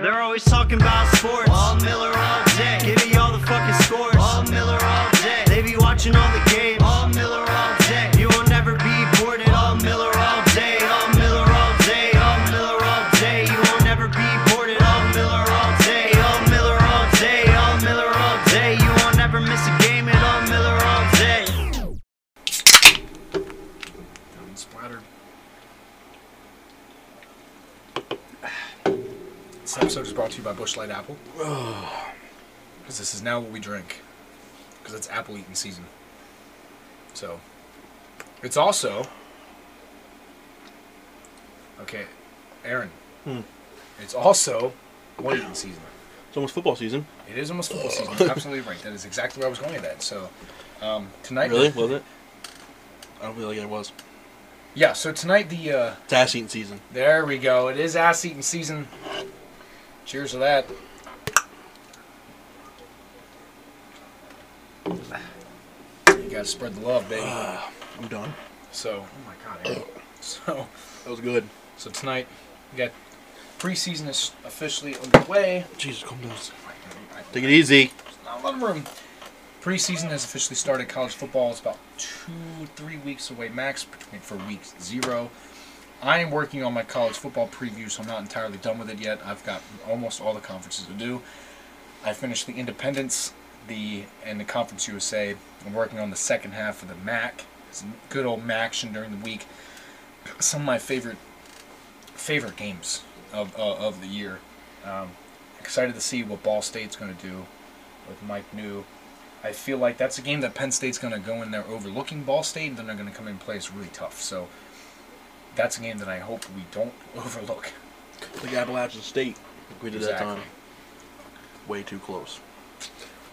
They're always talking about sports. All Miller all day. Give me all the fucking scores. All Miller all day. They be watching all the games. All Miller all day. You will never be bored at all Miller all day. All Miller all day. All Miller all day. You will never be bored at all Miller all day. All Miller all day. All Miller all day. You will never miss a game at all Miller all day. Down and splattered. This episode is brought to you by Bushlight Apple. Because this is now what we drink. Because it's apple eating season. So, it's also. Okay, Aaron. It's also one eating season. It's almost football season. It is almost football season. You're absolutely right. That is exactly where I was going with that. So, um, tonight. Really? Was it? I don't feel like it was. Yeah, so tonight the. Uh, It's ass eating season. There we go. It is ass eating season. Cheers to that. You gotta spread the love, baby. I'm done. So, oh my god. Eric. So, That was good. so tonight we got preseason is officially underway. Jesus, calm down. I- Take it easy. Not a lot of room. Preseason has officially started. College football is about two, three weeks away max between for week zero. I am working on my college football preview, so I'm not entirely done with it yet. I've got almost all the conferences to do. I finished the Independence, the and the Conference USA. I'm working on the second half of the MAC. Some good old MAC during the week. Some of my favorite favorite games of uh, of the year. Um, excited to see what Ball State's going to do with Mike New. I feel like that's a game that Penn State's going to go in there overlooking Ball State, and then they're going to come in and play us really tough. So that's a game that I hope we don't overlook. Like Appalachian State. Like we did Exactly. that time. Way too close.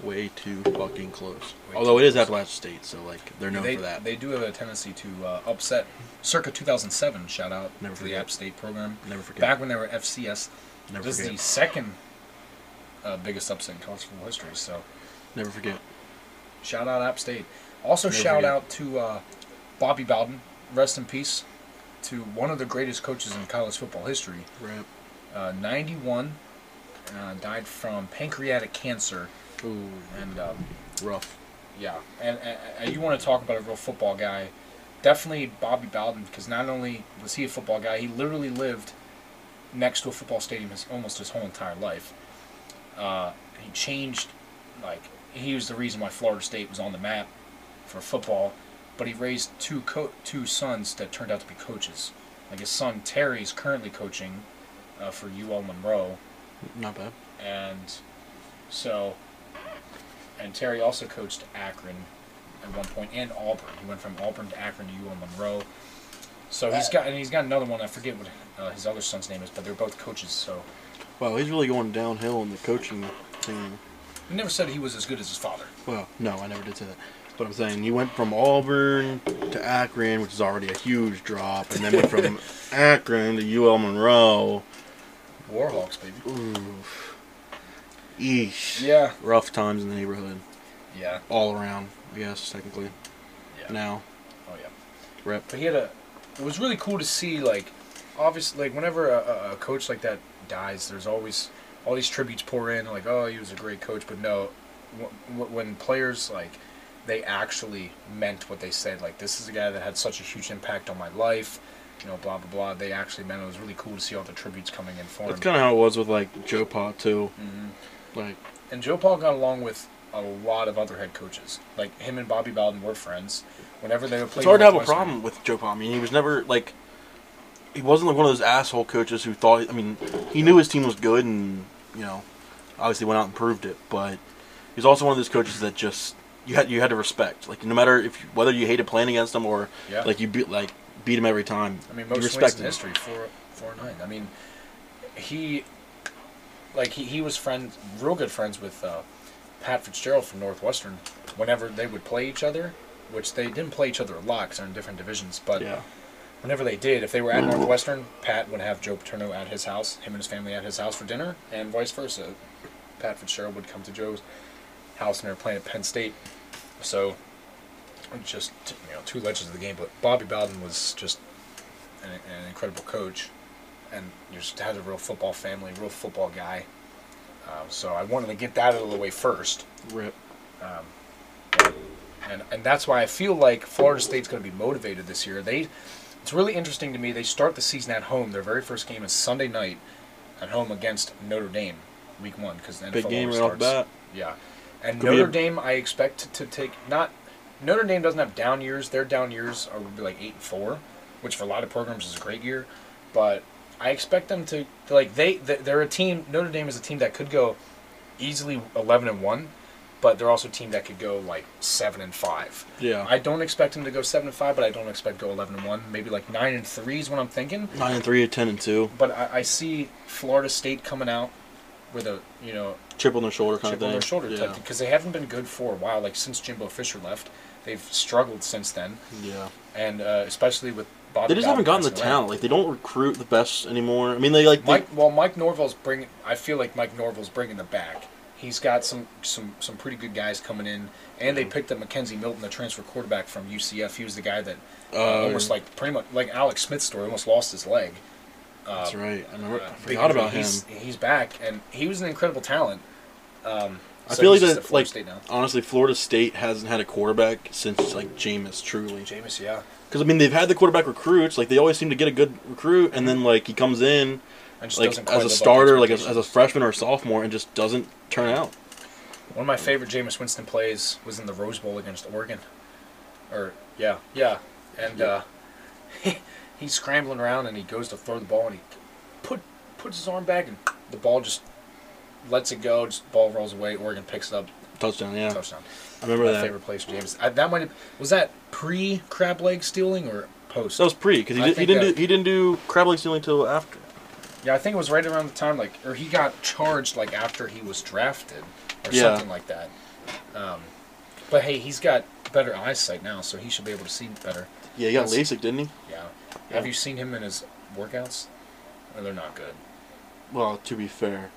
Way too fucking close. Way Although too it is close. Appalachian State, so like they're known they, for that. they do have a tendency to uh, upset. Circa 2007, shout out Never to the forget. App State program. Never forget. Back when they were FCS, Never this is forget. the second uh, biggest upset in college football history. So Never forget. Shout out App State. Also, Never shout forget. out to uh, Bobby Bowden. Rest in peace to one of the greatest coaches in college football history. Right. Uh, 91, uh, died from pancreatic cancer. Ooh, And um, rough. yeah, and, and, and you want to talk about a real football guy. Definitely Bobby Bowden, because not only was he a football guy, he literally lived next to a football stadium his, almost his whole entire life. Uh, he changed, like, he was the reason why Florida State was on the map for football, but he raised two co- two sons that turned out to be coaches. Like, his son Terry is currently coaching uh, for UL Monroe, Not bad. and so and Terry also coached Akron at one point and Auburn. He went from Auburn to Akron to UL Monroe. So he's got and he's got another one. I forget what uh, his other son's name is, but they're both coaches. So Wow, he's really going downhill in the coaching thing. we never said he was as good as his father. Well, no, I never did say that. But I'm saying you went from Auburn to Akron, which is already a huge drop, and then went from Akron to UL Monroe. Warhawks, baby. Eesh. Yeah. Rough times in the neighborhood, Yeah. all around. I guess technically. Yeah. Now, Oh yeah. rep. But he had a. It was really cool to see, like, obviously, like whenever a, a- a coach like that dies, there's always all these tributes pour in, like, oh, he was a great coach. But no, wh- wh- when players like they actually meant what they said, like, this is a guy that had such a huge impact on my life, you know, blah blah blah. They actually meant it. it was really cool to see all the tributes coming in for him. That's kind of how it was with like Joe Pot too. Like and Joe Paul got along with a lot of other head coaches. Like him and Bobby Bowden were friends. Whenever they would play, it's hard to have a Northwestern- problem with Joe Palm. I mean, he was never like he wasn't like one of those asshole coaches who thought. I mean, he knew his team was good, and you know, obviously went out and proved it. But he's also one of those coaches that just you had you had to respect. Like no matter if you- whether you hated playing against him or Yeah. like you beat like beat him every time. I mean, you most wins respected in him. history, four four and nine. I mean, he like he, he was friends, real good friends with uh, Pat Fitzgerald from Northwestern. Whenever they would play each other, which they didn't play each other a lot because they're in different divisions, but Yeah, whenever they did, if they were at Northwestern, Pat would have Joe Paterno at his house, him and his family at his house for dinner, and vice versa. Pat Fitzgerald would come to Joe's house and they were playing at Penn State. So, just you know, two legends of the game. But Bobby Bowden was just an, an incredible coach, and just has a real football family, real football guy. Um, so I wanted to get that out of the way first, Rip. and and that's why I feel like Florida State's going to be motivated this year. They, it's really interesting to me. They start the season at home. Their very first game is Sunday night at home against Notre Dame, Week One, because the NFL Big game always right off the starts- bat. Yeah, and Could be Notre a- Dame, I expect to- to take not. Notre Dame doesn't have down years. Their down years are would be like eight and four, which for a lot of programs is a great year. But I expect them to to, like they th- they're a team. Notre Dame is a team that could go easily eleven and one, but they're also a team that could go like seven and five. Yeah. I don't expect them to go seven and five, but I don't expect go eleven and one. Maybe like nine and three is what I'm thinking Nine and three, ten and two, but I, I see Florida State coming out with a you know chip on their shoulder kind chip of thing. on their shoulder yeah. type because they haven't been good for a while. Like since Jimbo Fisher left, they've struggled since then, Yeah, and uh, especially with Bob. they just haven't gotten the talent. Like they don't recruit the best anymore. I mean, they like they, Mike, well, Mike Norville's bringing. I feel like Mike Norville's bringing them back. He's got some some some pretty good guys coming in, and they picked up Mackenzie Milton, the transfer quarterback from UCF. He was the guy that uh, Oh, almost yeah. like pretty much like Alex Smith's story, almost lost his leg. That's right. I remember. Uh, I big forgot injury. about him. he's, He's back, and he was an incredible talent. Um, I so feel like he's just at that. Florida Like State now. honestly, Florida State hasn't had a quarterback since like Jameis. Truly, Jameis, yeah. because I mean they've had the quarterback recruits. Like they always seem to get a good recruit, and then like he comes in And just like doesn't quite as a live up to starter, like as, as expectations. a freshman or sophomore, and just doesn't turn out. One of my favorite Jameis Winston plays was in the Rose Bowl against Oregon. Or yeah, yeah, and uh, he's scrambling around and he goes to throw the ball and he put puts his arm back and the ball just lets it go. Just ball rolls away. Oregon picks it up. Touchdown. Yeah, Touchdown. I remember My that. favorite place, James. I, that might have, was that pre crab leg stealing or post? That was pre because he, I did, he think didn't that- do, he didn't do crab leg stealing until after. Yeah, I think it was right around the time like, or he got charged like after he was drafted, or Yeah. something like that. Um, but hey, he's got better eyesight now, so he should be able to see better. Yeah, he got That's- LASIK, didn't he? Yeah. Yeah. Have you seen him in his workouts? No, they're not good. Well, to be fair,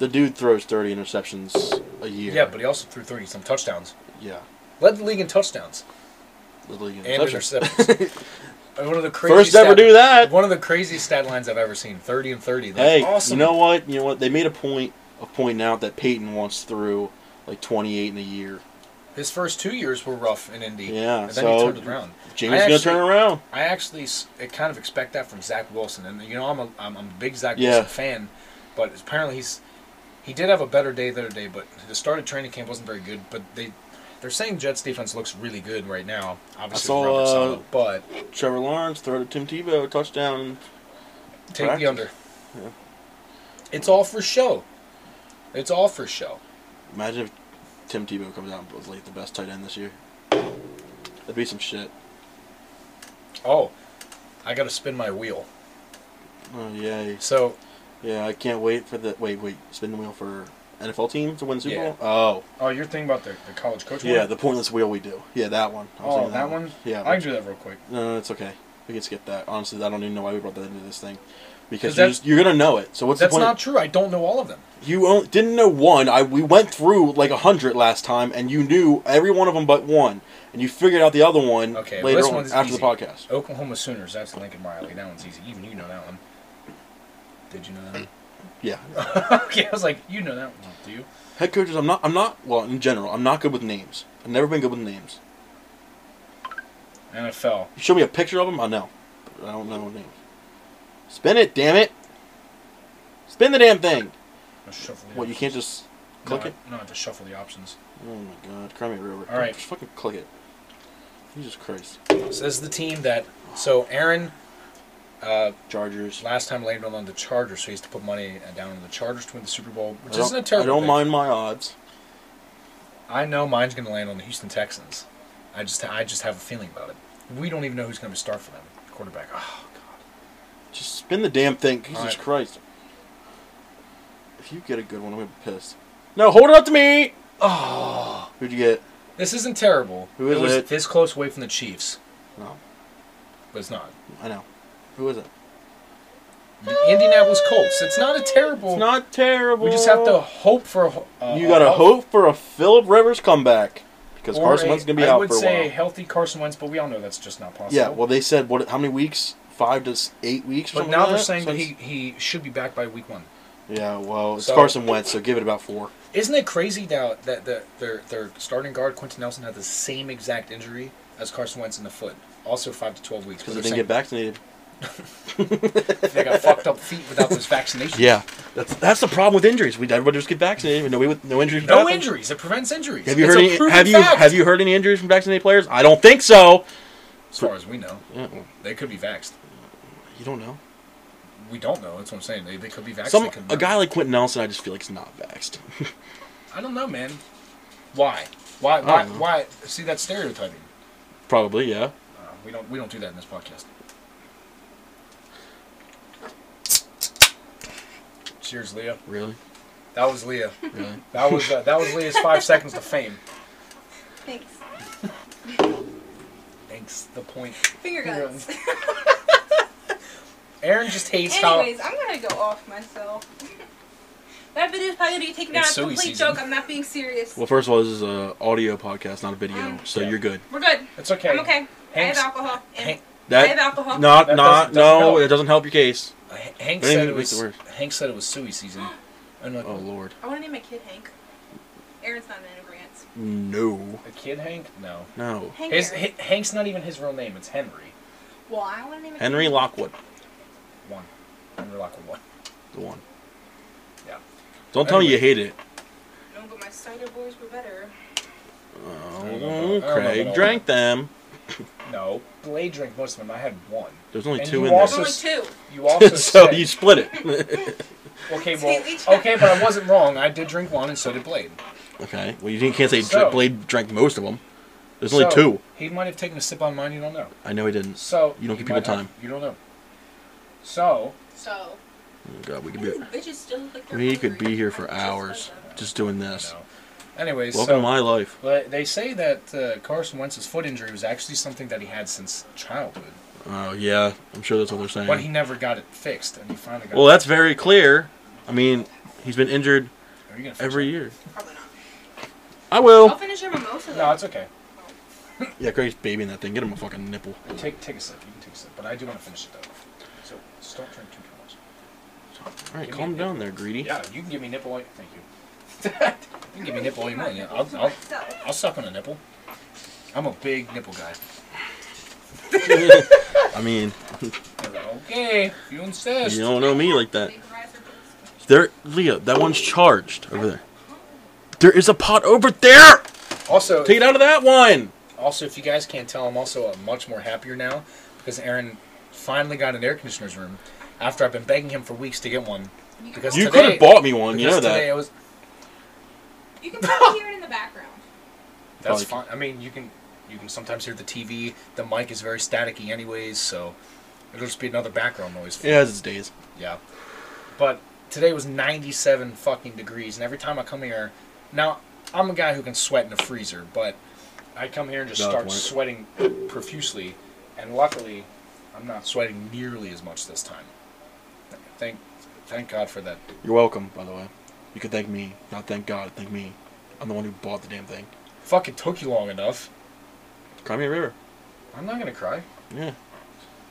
the dude throws thirty interceptions a year. Yeah, but he also threw thirty some touchdowns. yeah, Led the league in touchdowns the league and interceptions. interceptions. And one of the crazy First ever stat- do that. One of the craziest stat lines I've ever seen. Thirty and thirty. That's Hey, awesome. you know what? You know what? They made a point of pointing out that Peyton once threw like 28 in a year. his first two years were rough in Indy. Yeah, and then so he turned it around. James I is gonna actually- turn around. I actually s- I kind of expect that from Zach Wilson, and you know I'm a I'm, I'm a big Zach Yeah. Wilson fan, but apparently he's he did have a better day the other day, but the start of training camp wasn't very good. But they they're saying Jets defense looks really good right now. Obviously, saw, with Robert uh, Saleh, but Trevor Lawrence throw to Tim Tebow touchdown. take the practice. under. It's all for show. It's all for show. Imagine if Tim Tebow comes out and was like the best tight end this year. That'd be some shit. Oh, I got to spin my wheel. Oh yay! So Yeah, I can't wait for the wait wait spin the wheel for NFL team to win Super Yeah. Bowl. Oh oh, you're thinking about the, the college coach? yeah, one? the pointless wheel we do. Yeah, that one. I was oh thinking that one. Yeah, I can do that real quick. No, no, it's okay. We can skip that. Honestly, I don't even know why we brought that into this thing, because 'Cause you're, that's- just, you're gonna know it. So what's the That's point? not true. I don't know all of them. you only, didn't know one. I we went through like a hundred last time, and you knew every one of them but one, and you figured out the other one Okay, well, later this on one's after the easy. podcast. Oklahoma Sooners. That's Lincoln Riley. That one's easy. Even you know that one. Did you know that? one? Yeah, okay, I was like, you know that one, do you? head coaches. I'm not. I'm not. Well, in general, I'm not good with names. I've never been good with names. NFL. You show me a picture of them, I know. But I don't know names. Spin it, damn it! Spin the damn thing. I'll shuffle the What? You options. can't just click no, it. I- No, I have to shuffle the options. Oh my god, cry me a river. All right. Just fucking click it. Jesus Christ. So this is the team that. So Aaron uh, Chargers. last time landed on the Chargers, so he has to put money uh, down on the Chargers to win the Super Bowl, I which don't- isn't a terrible. I don't pick. mind my odds. I know mine's going to land on the Houston Texans. I just I just have a feeling about it. We don't even know who's going to start for them. Quarterback. Oh God. Just spin the damn thing. Jesus All right. Christ. If you get a good one, I'm gonna be pissed. No, hold it up to me! Oh. Who'd you get? This isn't terrible. Who is it was it? this close away from the Chiefs, No, but it's not. I know. Who is it? The Indianapolis Colts. It's not a terrible. It's not terrible. Oh. we just have to hope for a. ho- Uh, You gotta a- hope for a Philip Rivers comeback. Because or Carson a- Wentz is gonna be I out would for a say while. healthy Carson Wentz, but we all know that's just not possible. Yeah, well, they said what? how many weeks? five to s- eight weeks. Or But something now like they're that, saying so that he, it's- he should be back by week one. Yeah, well, it's So- Carson Wentz, so give it about four. Isn't it crazy now that the, their their starting guard Quentin Nelson had the same exact injury as Carson Wentz in the foot, also five to twelve weeks. because they but didn't they're get vaccinated. saying they got fucked up feet without those vaccinations. Yeah, that's that's the problem with injuries. We everybody just get vaccinated, but nobody with no injuries. No happen. injuries. It prevents injuries. Have you It's heard a any? proven Have you fact, have you heard any injuries from vaccinated players? I don't think so. As far as we know, Yeah, well, they could be vaxxed. you don't know. We don't know. That's what I'm saying. They, they could be vaxxed. Some they could a not. guy like Quentin Nelson, I just feel like is not vaxxed. I don't know, man. Why? Why? Why? know. Why? See, that's stereotyping. Probably, yeah. Uh, we don't we don't do that in this podcast. Cheers, Leah. Really, That was Leah. really. That was uh, that was Leah's five seconds to fame. Thanks. Thanks. The point. Finger Finger guns. Aaron just hates Anyways, I'm gonna go off myself. that video is probably gonna be taken down It's as a Zoe complete season. joke. I'm not being serious. Well, first of all, this is a audio podcast, not a video, Um, so Yeah. you're good. We're good. how it's okay. I'm okay. Hank's- I have alcohol. And Hank, I have alcohol. Not That not doesn't- doesn't no, help. it doesn't help your case. H- Hank Don't even said it make was the word. Hank said it was suey season. And like, Oh Lord, I want to name my kid Hank. Aaron's not in agreement. no, a kid Hank? No. no. Hank. His, Aaron. H- Hank's not even his real name. It's Henry. well, I want to name it Henry Lockwood, One. Henry Lockwood one. the one. Yeah. Don't tell me you hate it. No, but my cider boys were better. don't know about- Oh, I don't know about Craig all drank them. No. Blade drank most of them. I had one. There's only And two you in There's also there. only s- two. You also so said, you split it. okay, Each well, other. okay, but I wasn't wrong. I did drink one, and so did Blade. okay. Well, you didn't- can't say dr- So- Blade drank most of them. There's So, only two. He might have taken a sip on mine. You don't know. I know he didn't. So You don't he give people might have- time. You don't know. So So. Oh, God, we could These be bitches still look like they're we could hungry. be here I for just said hours that. just doing you this. know. Anyways, Welcome so to my life. but they say that uh, Carson Wentz's foot injury was actually something that he had since childhood, Oh yeah, I'm sure that's what they're saying. but he never got it fixed, and he finally got. well, it. that's very clear. I mean, he's been injured Are you gonna fix every it? year. Probably not. I I'll will. finish your mimosa. No, though. it's okay. Yeah, Craig's babying that thing. Get him a fucking nipple. Take take a sip. You can take a sip, but I do want to finish it though. So just don't drink too much. All right, Give me calm a down there, greedy. Yeah, you can give me nipple. All you, thank you. you can give me nipple all you want. Yeah, I'll, I'll, I'll suck on a nipple. I'm a big nipple guy. I mean, I go, okay, if you insist. you don't know me like that. There, Leah, that one's charged over there. There is a pot over there. Also, Take it out of that one. also, if you guys can't tell, I'm also uh, much more happier now because Aaron finally got an air conditioner's room after I've been begging him for weeks to get one. Because You today- could have bought me one. You because know today that. it was You can probably hear it in the background. that's Probably fine. I mean, you can you can sometimes hear the TV. The mic is very staticky, anyways, so it'll just be another background noise. It has its days. Yeah. But today was 97 fucking degrees, and every time I come here, now I'm a guy who can sweat in a freezer, but I come here and just Valid start point. sweating profusely, and luckily, I'm not sweating nearly as much this time. Thank, thank God for that. You're welcome, by the way. You can thank me, not thank God. Thank me. I'm the one who bought the damn thing. Fuck, it took you long enough. Cry me a river. I'm not gonna cry. Yeah.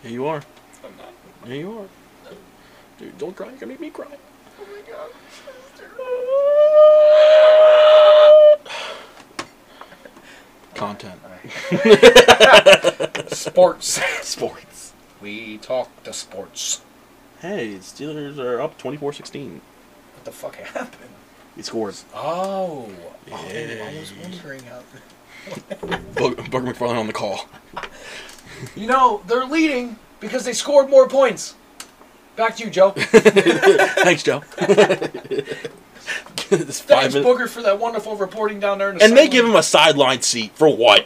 Yeah, you are. I'm not. Yeah, you are. Dude, don't cry. You're gonna make me cry. Oh my god. Content. Sports. Sports. we talk to sports. Hey, Steelers are up 24-16. What the fuck happened? He scored. Oh. oh I was Yay. wondering how. Bug- Bugger McFarlane on the call. You know, they're leading because they scored more points. Back to you, Joe. Thanks, Joe. It's five Thanks, minutes. Booger, for that wonderful reporting down there. In the and they sideline. give him a sideline seat for what?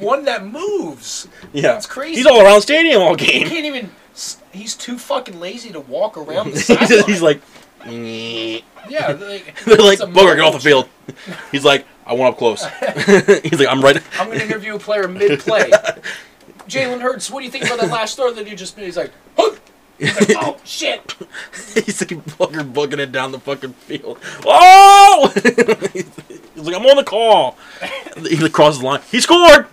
one that moves. yeah, That's crazy. He's all around stadium all He game. can't even. He's too fucking lazy to walk around the he's, sideline. just- he's like, "Nyeh." yeah, like, they're like, it's a Booger, get off the mulch. field. He's like, I want up close. he's like, I'm right. I'm gonna interview a player mid-play. Jalen Hurts, what do you think about that last throw that you just made? He's like, "Huh." He's like, oh shit! He's like bugger bugging it down the fucking field. Oh! He's like, I'm on the call. He like crosses the line. He scored.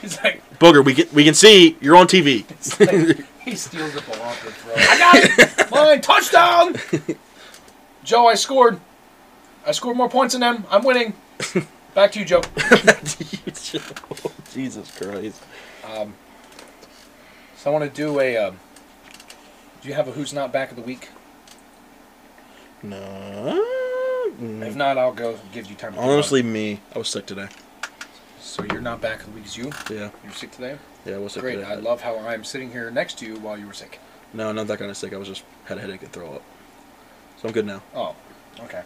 He's like, Booger, we can we can see you're on TV. it's like, He steals the ball off the throw. I got it! Mine! Touchdown! Joe, I scored. I scored more points than them. I'm winning. Back to you, Joe. Jesus Christ. Um, so I want to do a. Um, do you have a Who's Not Back of the Week? No. If not, I'll go give you time to think about Honestly, it. me. I was sick today. So you're not back of the week as you? Yeah. You're sick today? Yeah, I was sick Great. today. I love how I'm sitting here next to you while you were sick. No, not that kind of sick. I was just had a headache and throw up. So I'm good now. Oh, okay.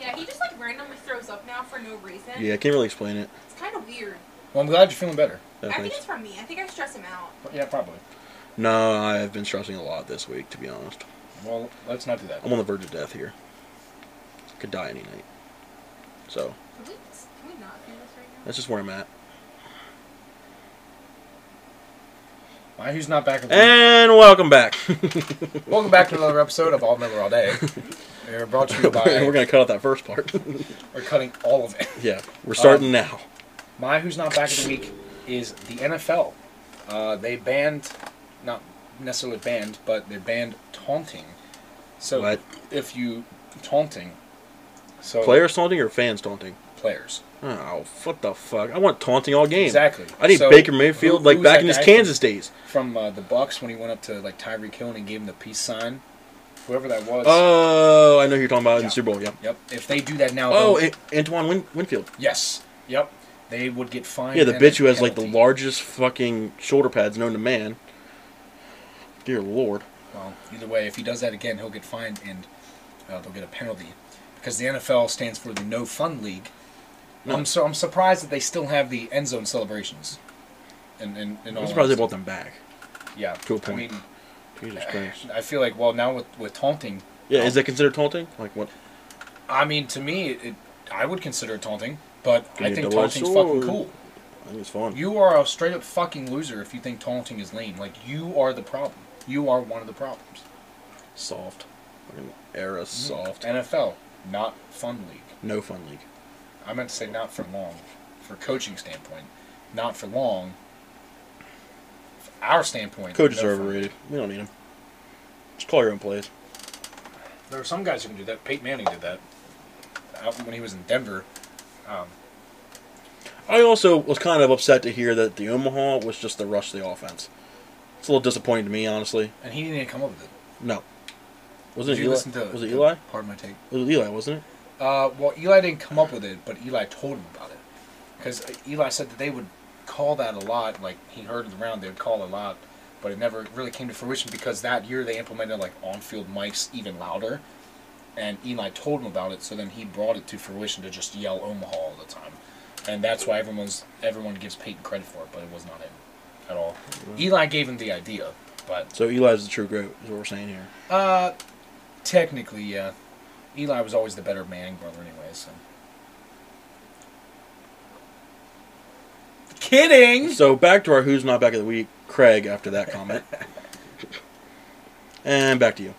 Yeah, he just like randomly throws up now for no reason. Yeah, I can't really explain it. It's kind of weird. Well, I'm glad you're feeling better. No, I think thanks. it's from me. I think I stress him out. But yeah, probably. No, I've been stressing a lot this week, to be honest. Well, let's not do that. I'm on the verge of death here. Could die any night. So Can we, can we not do this right now? that's just where I'm at. My Who's Not Back of the Week. And welcome back. Welcome back to another episode of All Miller All Day. We're brought to you by. We're gonna cut out that first part. we're cutting all of it. yeah, we're Uh, starting now. My Who's Not Back of the Week is the NFL. Uh, they banned, not necessarily banned, but they banned taunting. So What? if you taunting, so Players taunting or fans taunting? players Oh, what the fuck! I want taunting all game. exactly. I need So Baker Mayfield who- like who's back that in his guy Kansas days. from, from uh, the Bucks when he went up to like Tyreek Hill and he gave him the peace sign. Whoever that was. Oh, I know who you're talking about in Yeah. the Super Bowl. Yep. yep. If they do that now, Oh, they'll- An- Antoine Win- Winfield. yes. Yep. They would get fined. Yeah, the and bitch a who has like the penalty. largest fucking shoulder pads known to man. Dear Lord. Well, either way, if he does that again, he'll get fined and uh, they'll get a penalty because the NFL stands for the No Fun League. No. I'm so I'm surprised that they still have the end zone celebrations. And and, and all I'm surprised they that brought them back. stuff. yeah to a I point. mean, Jesus Christ. I feel like well now with with taunting. Yeah, is that considered taunting? Like what? I mean, to me, it, I would consider it taunting, but Give I me think the white taunting's fucking sword. cool. I think it's fun. You are a straight up fucking loser if you think taunting is lame. Like you are the problem. You are one of the problems. soft. Fucking era soft. NFL, not fun league. No fun league. I meant to say not for long, for coaching standpoint, not for long. Our standpoint. Coaches no are fun. overrated. We don't need them. Just call your own plays. There are some guys who can do that. Peyton Manning did that out when he was in Denver. Um, I also was kind of upset to hear that the Omaha was just the rush of the offense. It's a little disappointing to me, honestly. and he didn't even come up with it. No. Did Wasn't it you Eli? listen to was it Eli? Pardon my take. It was Eli, wasn't it? Uh, well, Eli didn't come up with it, but Eli told him about it. Because Eli said that they would call that a lot. Like, he heard it around, they would call it a lot. But it never really came to fruition because that year they implemented, like, on field mics even louder. And Eli told him about it, so then he brought it to fruition to just yell Omaha all the time. And that's why everyone's everyone gives Peyton credit for it, but it was not him at all. Eli gave him the idea, but So Eli's the true goat, is what we're saying here. uh, technically, yeah. Eli was always the better Manning brother, anyway. So. Kidding. So back to our who's not back of the week, Craig. After that comment, and back to you.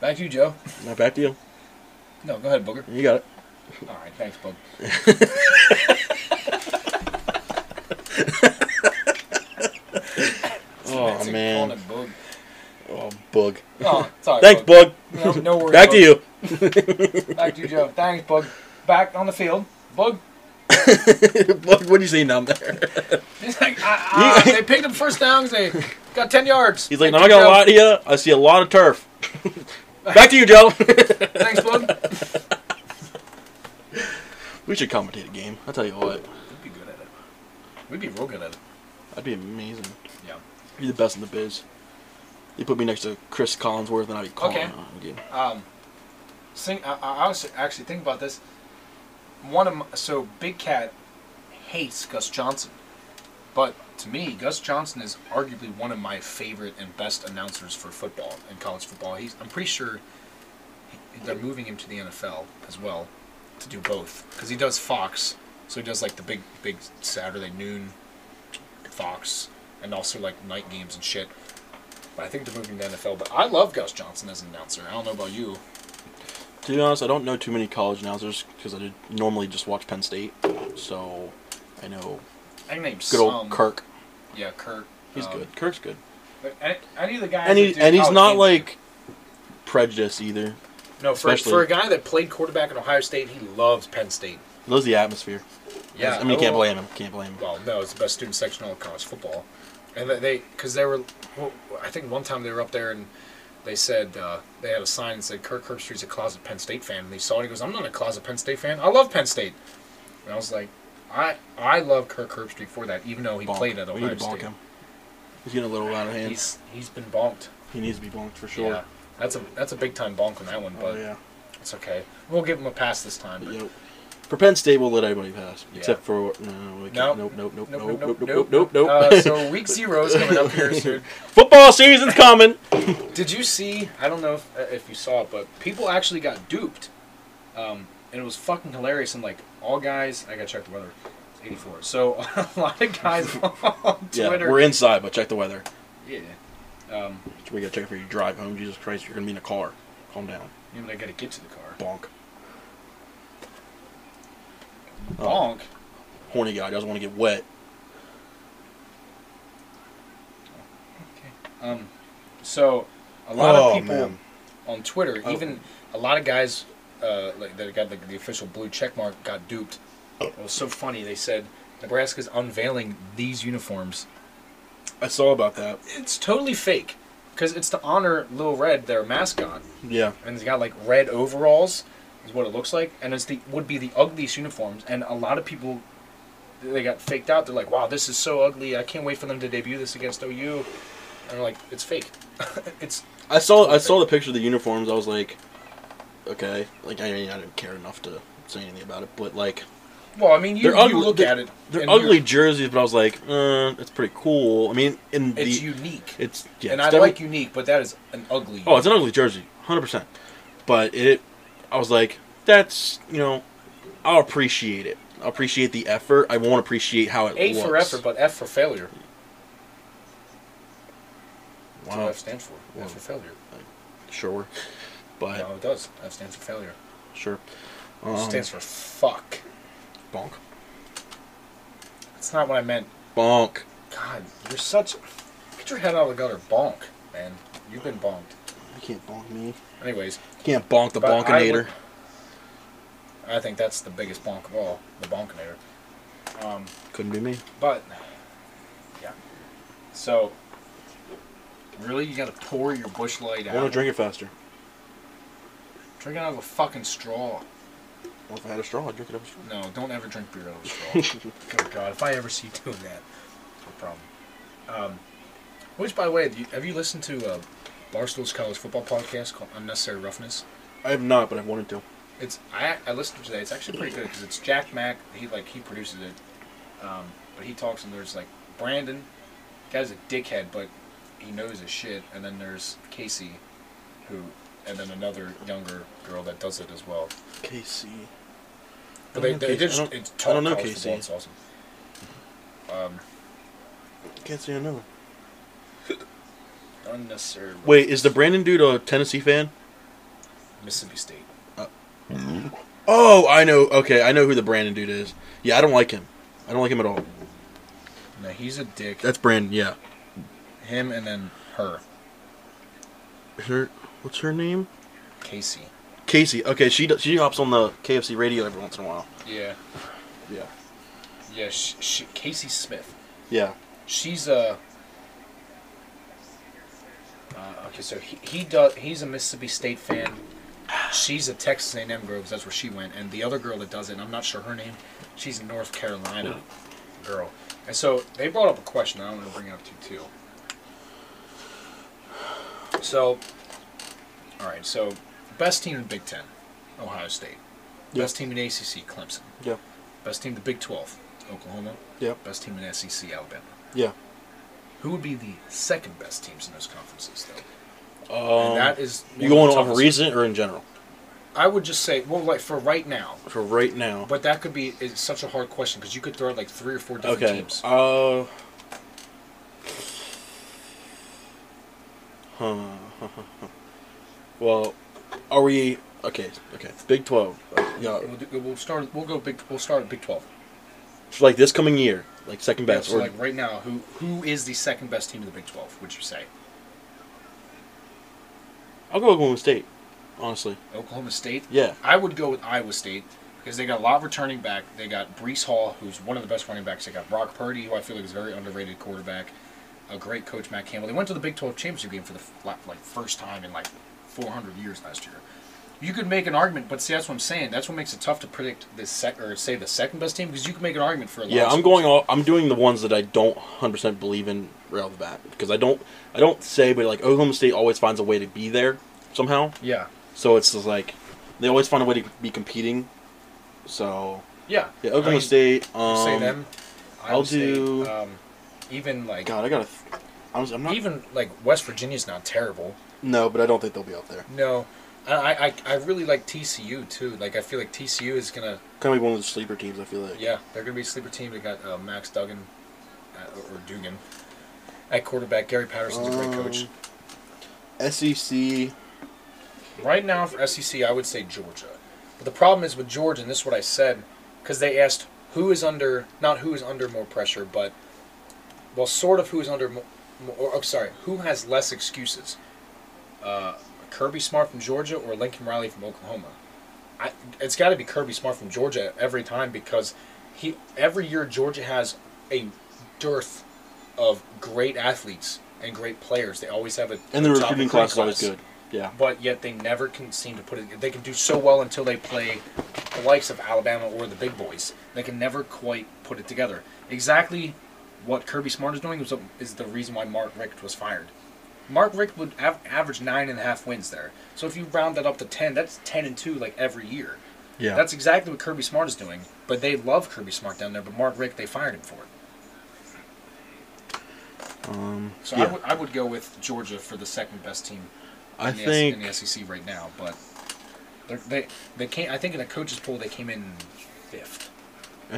Back to you, Joe. Not back to you. No, go ahead, Booger. You got it. All right, thanks, Bug. Oh Fancy calling man. him Boog. Oh bug. Oh, sorry. Thanks, Boog. bug. No, no worries. Back to Boog. you. Back to you, Joe. Thanks, Bug. Back on the field, Bug. bug. What do you see down there? He's like, ah, ah, they picked up first downs. They got ten yards. He's like, no, Thank I you, got a Joe. lot here. I see a lot of turf. back to you, Joe. Thanks, Bug. we should commentate a game. I'll tell you what. We'd be good at it. We'd be real good at it. That'd be amazing. Yeah. Be the best in the biz. You put me next to Chris Collinsworth, and I'd be calling. Okay. on the game. um, sing, I, I I was actually thinking about this. One of my, so Big Cat hates Gus Johnson, but to me, Gus Johnson is arguably one of my favorite and best announcers for football and college football. He's I'm pretty sure he- they're moving him to the NFL as well to do both because he does Fox, so he does like the big big Saturday noon Fox and also like night games and shit. But I think they're moving to NFL. But I love Gus Johnson as an announcer. I don't know about you. To be honest, I don't know too many college announcers because I did normally just watch Penn State. So I know I can name good old some. Kirk. Yeah, Kirk. He's Um, good. Kirk's good. But a- any of the guys, And that he do and he's college not games- like prejudiced either. no for, especially- for a guy that played quarterback in Ohio State. He loves Penn State. He Loves the atmosphere. Yeah, I mean, you can't well- blame him. Can't blame him. Well, no, it's the best student section in all of college football, and they- they because they were, well, I think one time they were up there and they said uh, they had a sign that said Kirk Herbstreit's a closet Penn State fan, and he saw it. He goes, "I'm not a closet Penn State fan. I love Penn State," and I was like, "I I love Kirk Herbstreit for that, even though he Bonk. played at We Ohio need to bonk State. him. He's getting a little out of hand. He's he's been bonked. he needs to be bonked for sure. Yeah, that's a that's a big time bonk on that one, but Oh yeah. it's okay. We'll give him a pass this time. But You know, for Penn State, we'll let everybody pass Yeah. except for no, we Nope. can't. nope, nope, nope, Nope, nope, nope, nope, nope, nope. Uh, so week zero is coming up here soon. Football season's coming. Did you see? I don't know if, uh, if you saw it, but people actually got duped, um, and it was fucking hilarious. And like all guys, I gotta check the weather. It's 84. So a lot of guys on Yeah, Twitter. we're inside, but check the weather. Yeah. Um, We gotta check it for your drive home. Jesus Christ, you're gonna be in a car. Calm down. you know, I gotta get to the car. Bonk. Oh, Bonk. horny guy doesn't want to get wet. Um, so a lot of Oh, people man. on Twitter, Oh. even a lot of guys uh, like, that got like, the official blue check mark got duped. It was so funny. They said Nebraska's unveiling these uniforms I saw about that. it's totally fake because it's to honor Lil Red, their mascot, Yeah, and he's got like red overalls, is what it looks like, and it's the would be the ugliest uniforms, and a lot of people they got faked out. They're like, "Wow, this is so ugly! I can't wait for them to debut this against OU," and they're like, "It's fake." it's I saw. I saw the picture of the uniforms. I was like, okay. Like I mean, I didn't care enough to say anything about it, but like well, I mean, you, They're you ugly- look they're- at it, they're and ugly you're- jerseys, but I was like, uh, it's pretty cool. I mean, in the It's unique, it's yeah, and it's I definitely- like unique, but that is an ugly. Oh, it's an ugly jersey, hundred percent. But it, I was like, that's you know, I'll appreciate it. I'll appreciate the effort. I won't appreciate how it A looks. for effort, but F for failure. That's Wow. what F stands for. Wow. F for failure. sure, but No, it does. F stands for failure. sure. It Um, stands for fuck. bonk, That's not what I meant. bonk. God, you're such. Get your head out of the gutter, bonk, man. You've been bonked. You can't bonk me. Anyways, You can't bonk the But I bonkinator. would- I think that's the biggest bonk of all, the bonkinator. Um, Couldn't be me. but yeah, so Really, you gotta pour your bush light I want to out. drink it faster. Drink it out of a fucking straw. Well, if I had a straw, I'd drink it up a straw. No, don't ever drink beer out of a straw. good God, if I ever see you doing that, no problem. Um, which, by the way, do you, have you listened to uh, Barstool's college football podcast called Unnecessary Roughness? I have not, but I've wanted to. It's I, I listened to that. It's actually pretty good because it's Jack Mack. He like he produces it, um, but he talks and there's like Brandon, guy's a dickhead, but he knows his shit. And then there's Casey, who, and then another younger girl that does it as well. KC. But I they, don't know they Casey. just I don't- it's I don't total know college football. Casey. It's awesome. Um, Can't say I know. unnecessary. Wait, is the Brandon dude a Tennessee fan? Mississippi State. Oh, I know. Okay, I know who the Brandon dude is. Yeah, I don't like him. I don't like him at all. No, he's a dick. That's Brandon. Yeah. Him and then her, Her, what's her name? Casey. Casey. Okay, she do- she hops on the KFC radio every once in a while. Yeah, Yeah. yeah. Sh- sh- Casey Smith. Yeah. She's a. Uh, okay, so he, he does. He's a Mississippi State fan. She's a Texas A&M girl 'cause that's where she went, and the other girl that does it, and I'm not sure her name. She's a North Carolina girl, and so they brought up a question. I want to bring it up to you too. So, all right. So, best team in Big Ten, Ohio State. Yeah. Best team in ACC, Clemson. Yeah. Best team in the Big Twelve, Oklahoma. Yeah. Best team in SEC, Alabama. Yeah. Who would be the second best teams in those conferences, though? Um, and that is one you of the going off toughest- recent or in general? I would just say, well, like for right now, For right now. but that could be it's such a hard question because you could throw out like three or four different okay. teams. Uh. Huh. well, are we okay? Okay. Big Twelve. Yeah. We'll, do, we'll start. We'll go big. We'll start at Big Twelve. Like this coming year. like second Yeah, best so or like right now, who who is the second best team in the Big Twelve? Would you say I'll go Oklahoma State. Honestly, Oklahoma State? yeah, I would go with Iowa State because they got a lot of returning back. They got Brees Hall, who's one of the best running backs. They got Brock Purdy, who I feel like is a very underrated quarterback. A great coach, Matt Campbell. They went to the Big 12 championship game for the f- like like, first time in like 400 years last year. You could make an argument, but see, that's what I'm saying. That's what makes it tough to predict this sec or say the second best team because you can make an argument for a lot yeah. of I'm schools. going. All, I'm doing the ones that I don't 100 percent believe in right off the bat because I don't. I don't say, but like Oklahoma State always finds a way to be there somehow. Yeah, So it's just like they always find a way to be competing. So yeah. yeah, Oklahoma I mean, State. Um, say them. Iowa I'll State, do- um, even like God, I gotta. Th- honestly, I'm not even Like West Virginia's not terrible. No, but I don't think they'll be up there. No, I I, I- I really like TCU too. Like I feel like TCU is gonna Kind of be one of the sleeper teams. I feel like. yeah they're gonna be a sleeper team. They got uh, Max Duggan uh, or Dugan at quarterback. Gary Patterson's a great coach. E SEC. Right now for SEC, I would say Georgia. But the problem is with Georgia, and this is what I said, because they asked who is under not who is under more pressure, but well, sort of who is under more. Or, oh, sorry, who has less excuses? Uh, Kirby Smart from Georgia or Lincoln Riley from Oklahoma? I, it's got to be Kirby Smart from Georgia every time because he every year Georgia has a dearth of great athletes and great players. They always have a And the a top recruiting class is recruiting always good. Yeah. but yet they never can seem to put it. They can do so well until they play the likes of Alabama or the big boys. They can never quite put it together. Exactly what Kirby Smart is doing is, is the reason why Mark Richt was fired. Mark Richt would av- average nine and a half wins there. So if you round that up to ten, that's ten and two like every year. Yeah. That's exactly what Kirby Smart is doing. But they love Kirby Smart down there. But Mark Richt, they fired him for it. um, So yeah. I, would, I would go with Georgia for the second best team I in, the, S- in think the SEC right now, but they're, they they can't. I think in a coaches poll they came in fifth.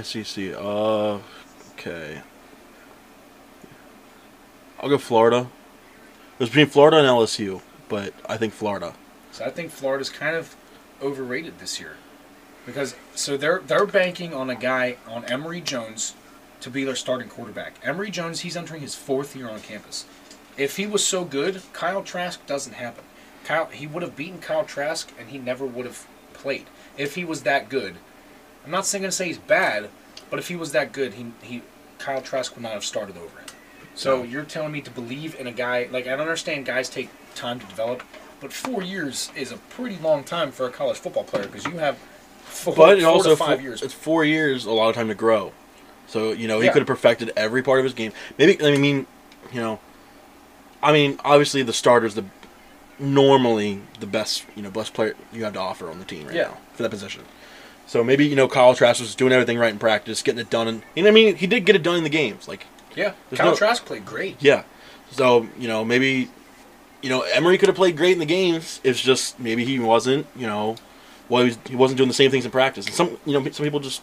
SEC. Uh, okay. I'll go Florida. It was between Florida and LSU, but I think Florida. So I think Florida's kind of overrated this year because so they're they're banking on a guy on Emory Jones to be their starting quarterback. Emory Jones, he's entering his fourth year on campus. If he was so good, Kyle Trask doesn't happen. Kyle he would have beaten Kyle Trask and he never would have played if he was that good. I'm not saying to say he's bad, but if he was that good, he he Kyle Trask would not have started over him. So you're telling me to believe in a guy like I don't understand guys take time to develop, but four years is a pretty long time for a college football player because you have four, But it four also to fo- five years. It's four years, a lot of time to grow. So you know he Yeah. could have perfected every part of his game. Maybe I mean, you know, I mean obviously the starter's the normally the best you know best player you have to offer on the team right Yeah. now for that position. So maybe you know Kyle Trask was doing everything right in practice, getting it done, and, and I mean he did get it done in the games. Like Yeah, There's Kyle no- Trask played great. yeah, so you know maybe you know Emery could have played great in the games. It's just maybe he wasn't you know. Well, he, was, he wasn't doing the same things in practice, and some you know some people just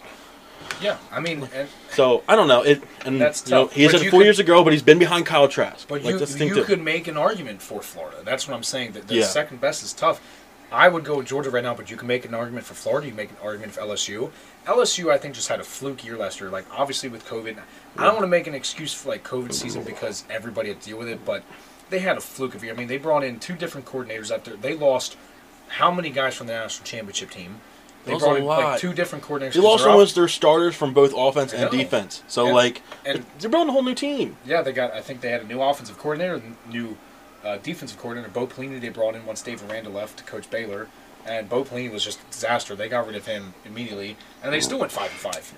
Yeah, I mean, and, so I don't know. It and That's you know, tough. he But said you four could- years ago, but he's been behind Kyle Trask. but like you that's the thing you too. could make an argument for Florida. That's what I'm saying. That the Yeah. second best is tough. I would go with Georgia right now, but you can make an argument for Florida. You can make an argument for LSU. LSU, I think, just had a fluke year last year. Like, obviously with COVID, I don't want to make an excuse for like COVID season because everybody had to deal with it, but they had a fluke of year. I mean, they brought in two different coordinators out there. They lost how many guys from the national championship team? They Lost brought a in lot. like two different coordinators. they lost 'cause they're almost their starters from both offense and I know. defense. So And- like, and- they're building a whole new team. off- Yeah, they got. I think they had a new offensive coordinator, a new uh, defensive coordinator. Bo Pelini they brought in once Dave Aranda left to coach Baylor, and Bo Pelini was just a disaster. They got rid of him immediately, and they still went five and five.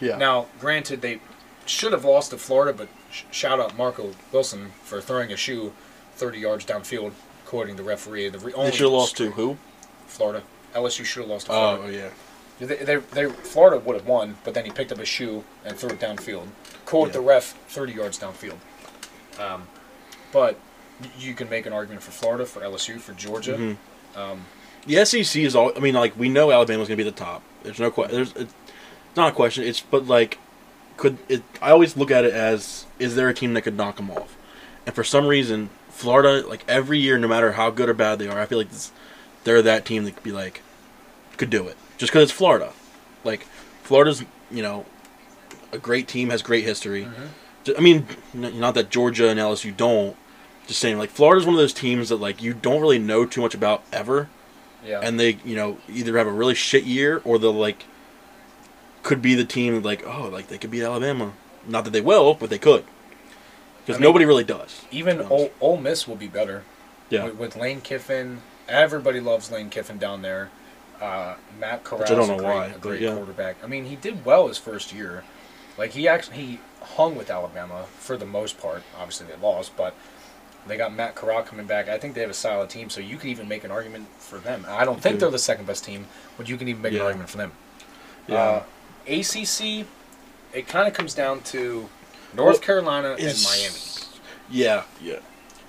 Yeah. Now, granted, they should have lost to Florida, but sh- shout out Marco Wilson for throwing a shoe 30 yards downfield, quoting the referee. The re- they only should have lost to who? Florida. LSU should have lost to Florida. Oh yeah. They, they, they, Florida would have won, but then he picked up a shoe and threw it downfield. Caught the Yeah. ref 30 yards downfield. Um, but y- you can make an argument for Florida, for LSU, for Georgia. Mm-hmm. The SEC is all. I mean, like we know Alabama's gonna be at the top. There's no question. There's it's not a question. It's but like, could it? I always look at it as is there a team that could knock them off? And for some reason, Florida, like every year, no matter how good or bad they are, I feel like this, they're that team that could be like, could do it just because it's Florida. Like Florida's, you know, a great team, has great history. Ju- I mean, n- not that Georgia and LSU don't. Just saying, like Florida's one of those teams that like you don't really know too much about ever, Yeah. and they you know either have a really shit year or they'll like could be the team that, like oh like they could beat Alabama. Not that they will, but they could because I mean- nobody really does. even Nice. Ole, Ole Miss will be better. Yeah, With, with Lane Kiffin, everybody loves Lane Kiffin down there. Uh, Matt Corral, I a don't great, know why, a but great yeah. quarterback. I mean, he did well his first year. Like he actually he hung with Alabama for the most part. Obviously, they lost, but they got Matt Corral coming back. I think they have a solid team, so you could even make an argument for them. I don't think could. they're the second best team, but you can even make Yeah. an argument for them. yeah. Uh, ACC, it kind of comes down to North Well, Carolina and is- Miami. Yeah, yeah.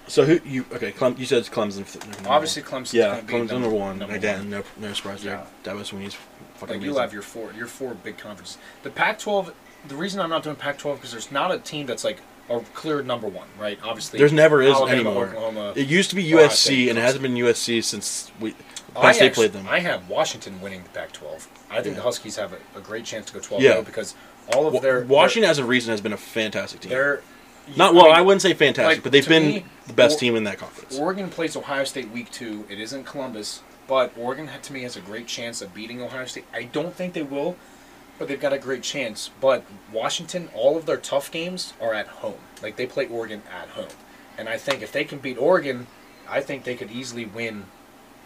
So who you okay? Clem, you said it's Clemson. f- number one. Obviously, Clemson's gonna yeah, be Clemson number number- one number again. No, no surprise there. Yeah. That was when he's fucking. Like you amazing. have your four, your four big conferences. The Pac-12. The reason I'm not doing Pac-12 because there's not a team that's like a clear number one, right? Obviously, There's never is Alabama, anymore. Oklahoma. It used to be Ohio USC, State and it comes- hasn't been USC since we I Penn State actually- played them. I have Washington winning the Pac-12. I think Yeah. the Huskies have a, a great chance to go 12 Yeah. though, because all of Wa- their Washington, as of recent, has been a fantastic team. their, their Not well. I, mean, wouldn't say fantastic, like, but they've to been me, the best or- team in that conference. Oregon plays Ohio State week two. It is in Columbus, but Oregon ha- to me has a great chance of beating Ohio State. I don't think they will, but they've got a great chance. But Washington, all of their tough games are at home. Like they play Oregon at home, and I think if they can beat Oregon, I think they could easily win.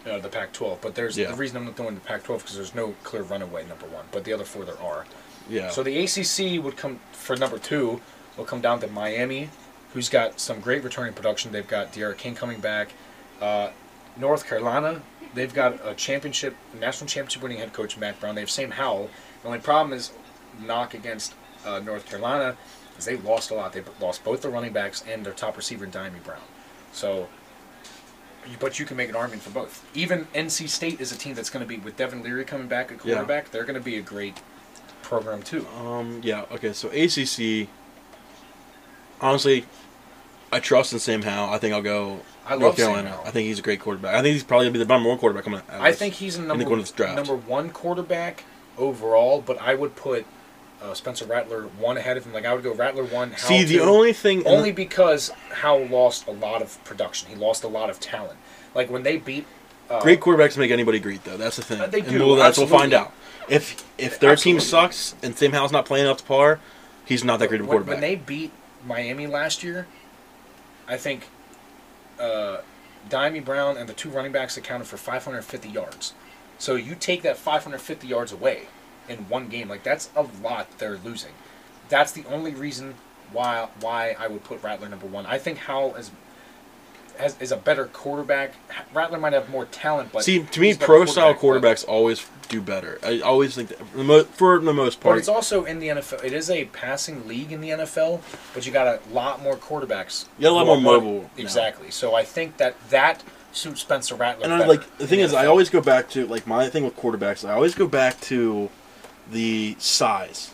Uh, the Pac-12, but there's Yeah. the reason I'm not throwing the Pac-12 because there's no clear runaway number one, but the other four there are. yeah. So the ACC would come for number two. Will come down to Miami, who's got some great returning production. They've got De'Ara King coming back. Uh, North Carolina, they've got a championship, national championship winning head coach Matt Brown. They have Sam Howell. The only problem is knock against uh, North Carolina is they lost a lot. They lost both their running backs and their top receiver Diamond Brown. So. you- But you can make an argument for both. Even NC State is a team that's going to be with Devin Leary coming back at Yeah. quarterback. They're going to be a great program too. Um, yeah, okay, so ACC, honestly, I trust in Sam Howell. I think I'll go I love North Sam Carolina. Howell. I think he's a great quarterback. I think he's probably going to be the number one quarterback coming out. of I this- think he's a in number the this draft. number one quarterback overall, but I would put uh, Spencer Rattler one ahead of him. Like I would go Rattler one. Howell See, the two, only thing... only because Howell lost a lot of production. He lost a lot of talent. Like when they beat uh, Great quarterbacks make anybody great, though. That's the thing. Uh, they and do, we'll, that's, we'll find absolutely. out. If if their team Absolutely. sucks and Sam Howell's not playing up to par, he's not that great of a when, quarterback. when they beat Miami last year, I think uh, Dimey Brown and the two running backs accounted for 550 yards. So you take that 550 yards away in one game, like that's a lot they're losing. That's the only reason why why I would put Rattler number one. I think Howell is has, is a better quarterback. Rattler might have more talent, but See, to me, he's a better pro-style quarterback, but- quarterbacks always do better. I always think that, for the mo- for the most part. But it's also in the NFL. It is a passing league in the NFL, but you got a lot more quarterbacks. You got a lot who are more mobile now. Exactly. So I think that that suits Spencer Rattler. and I better like the in thing is I NFL. always go back to like my thing with quarterbacks. I always go back to the size,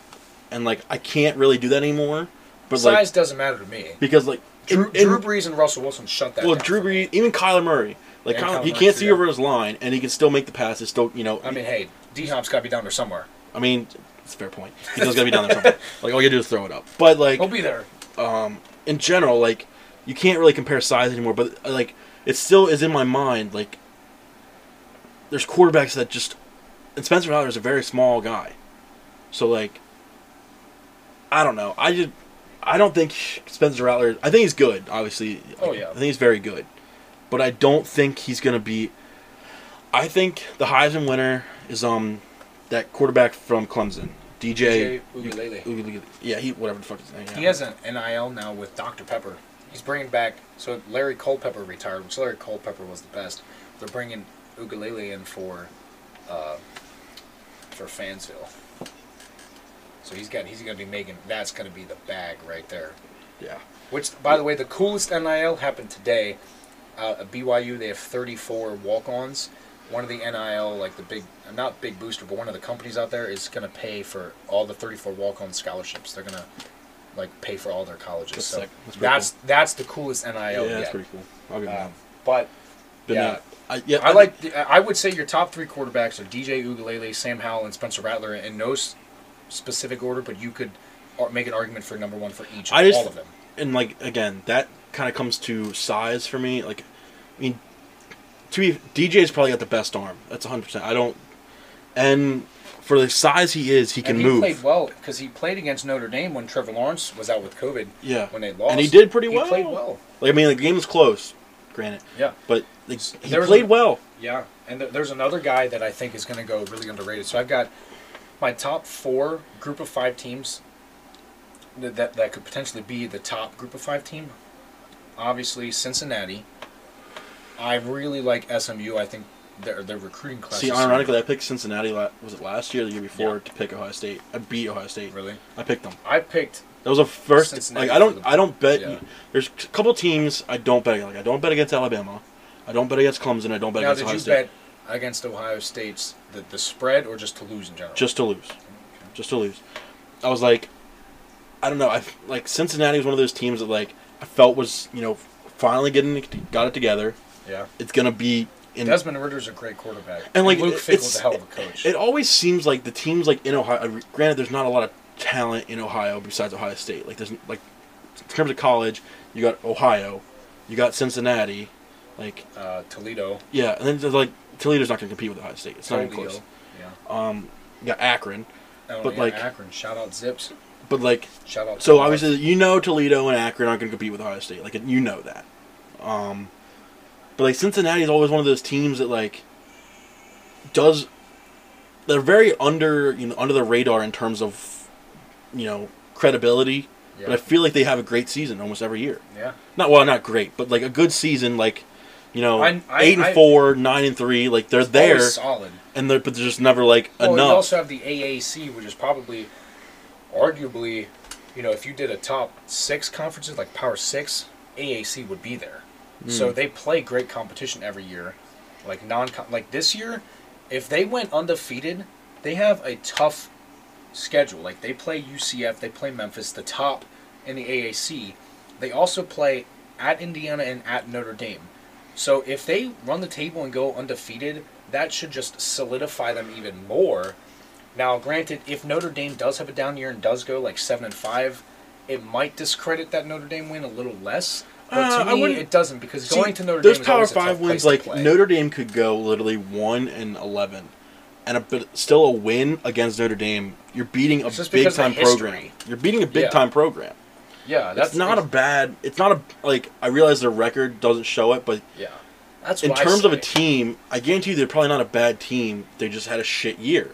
and like I can't really do that anymore. But size like doesn't matter to me. because like Drew, in- in- Drew Brees and Russell Wilson shut that. well, down. Drew Brees, even Kyler Murray, like And Kyler, Kyler he Murray, can't see yeah. over his line, and he can still make the passes. Still, you know, I mean, hey, D Hop's got to be down there somewhere. I mean, it's a fair point. He does got to be down there somewhere. Like all you do is throw it up. But like He'll be there. in general, like you can't really compare size anymore. But uh, like it still is in my mind. Like there's quarterbacks that just and Spencer Rattler is a very small guy, so like I don't know. I just I don't think Spencer Rattler. I think he's good. Obviously, Oh, Like, yeah. I think he's very good, but I don't think he's gonna be. I think the Heisman winner is um that quarterback from Clemson, DJ DJ. Uiagalelei. Uiagalelei. Yeah, he whatever the fuck his name. He has an NIL now with Dr. Pepper. He's bringing back. So Larry Culpepper retired, which Larry Culpepper was the best. They're bringing Ugalele in for, uh, for Fansville. So he's got he's gonna be making that's gonna be the bag right there. yeah. Which, by the way, the coolest NIL happened today. Uh, at BYU, they have 34 walk-ons. One of the NIL, like the big, not big booster, but one of the companies out there is going to pay for all the 34 walk-on scholarships. They're going to like pay for all their colleges. That's so sick. That's that's pretty that's, the coolest NIL. yeah, that's yet. pretty cool. I'll give him Um, that. but But Oh, yeah. no, I, yeah, I like. the- I would say your top three quarterbacks are DJ Ugalele, Sam Howell, and Spencer Rattler in no s- specific order, but you could ar- make an argument for number one for each, I just- all of them. and like again, that kind of comes to size for me. Like, I mean, to be DJ's probably got the best arm. That's hundred percent. I don't, and for the size he is, he can and he move. played well because he played against Notre Dame when Trevor Lawrence was out with COVID. Yeah. when they lost, And he did pretty He played well. well. Like I mean, the game was close, granted, Yeah, but like, he There was played a- well. yeah. And th- there's another guy that I think is going to go really underrated. So I've got my top four group of five teams that, that that could potentially be the top group of five team. Obviously, Cincinnati. I really like SMU. I think their their recruiting class. See, is- ironically, I picked Cincinnati. la- Was it last year, or the year before, Yeah. to pick Ohio State? I beat Ohio State. really, I picked them. I picked That was a first. Cincinnati like I for don't, the- I don't bet. yeah. There's a couple teams I don't bet. Like I don't bet against Alabama. I don't bet against Clemson. I don't bet now, against did Ohio you State. bet against Ohio State's the, the spread or just to lose in general? just to lose, just to lose. I was like, I don't know. I like Cincinnati was one of those teams that like I felt was you know finally getting it- got it together. yeah. It's gonna be in Desmond Ritter's a great quarterback, and like Luke it- Fickle's it's- a hell of a coach. It, always seems like the teams like in Ohio. I re- Granted, there's not a lot of talent in Ohio besides Ohio State. Like there's like in terms of college, you got Ohio, you got Cincinnati, like uh, Toledo, yeah, and then there's like Toledo's not gonna compete with Ohio State. It's not even Toledo, close. yeah. You got Akron, Oh, Uh, but, yeah, like- Akron, shout out Zips, but like shout out. So Toledo. obviously, you know Toledo and Akron aren't going to compete with Ohio State. Like you know that. Um, but like Cincinnati is always one of those teams that like does. They're very under you know under the radar in terms of you know credibility. Yeah. But I feel like they have a great season almost every year. yeah, Not well, not great, but like a good season. Like you know, I- I- eight and I- four, nine and three. Like they're there, Always solid. and they're but they're just never like Well, you enough. also have the AAC, which is probably, arguably, you know, if you did a top six conferences like Power Six, AAC would be there. Hmm. So they play great competition every year. Like non, like this year, if they went undefeated, they have a tough schedule. Like they play UCF, they play Memphis, the top in the AAC. They also play at Indiana and at Notre Dame. So if they run the table and go undefeated, that should just solidify them even more. Now, granted, if Notre Dame does have a down year and does go like seven and five, it might discredit that Notre Dame win a little less. But Uh, to I me, wouldn't- it doesn't because See, going to Notre those Dame. is Power always a tough Five place wins, to like play. Notre Dame could go literally one and eleven, and a but still a win against Notre Dame. You're beating a It's just big because of time the history. program. You're beating a big Yeah. time program. Yeah, that's That's not a bad. It's not a like. I realize their record doesn't show it, but yeah. That's in what I terms of a say. team, I guarantee you they're probably not a bad team. They just had a shit year.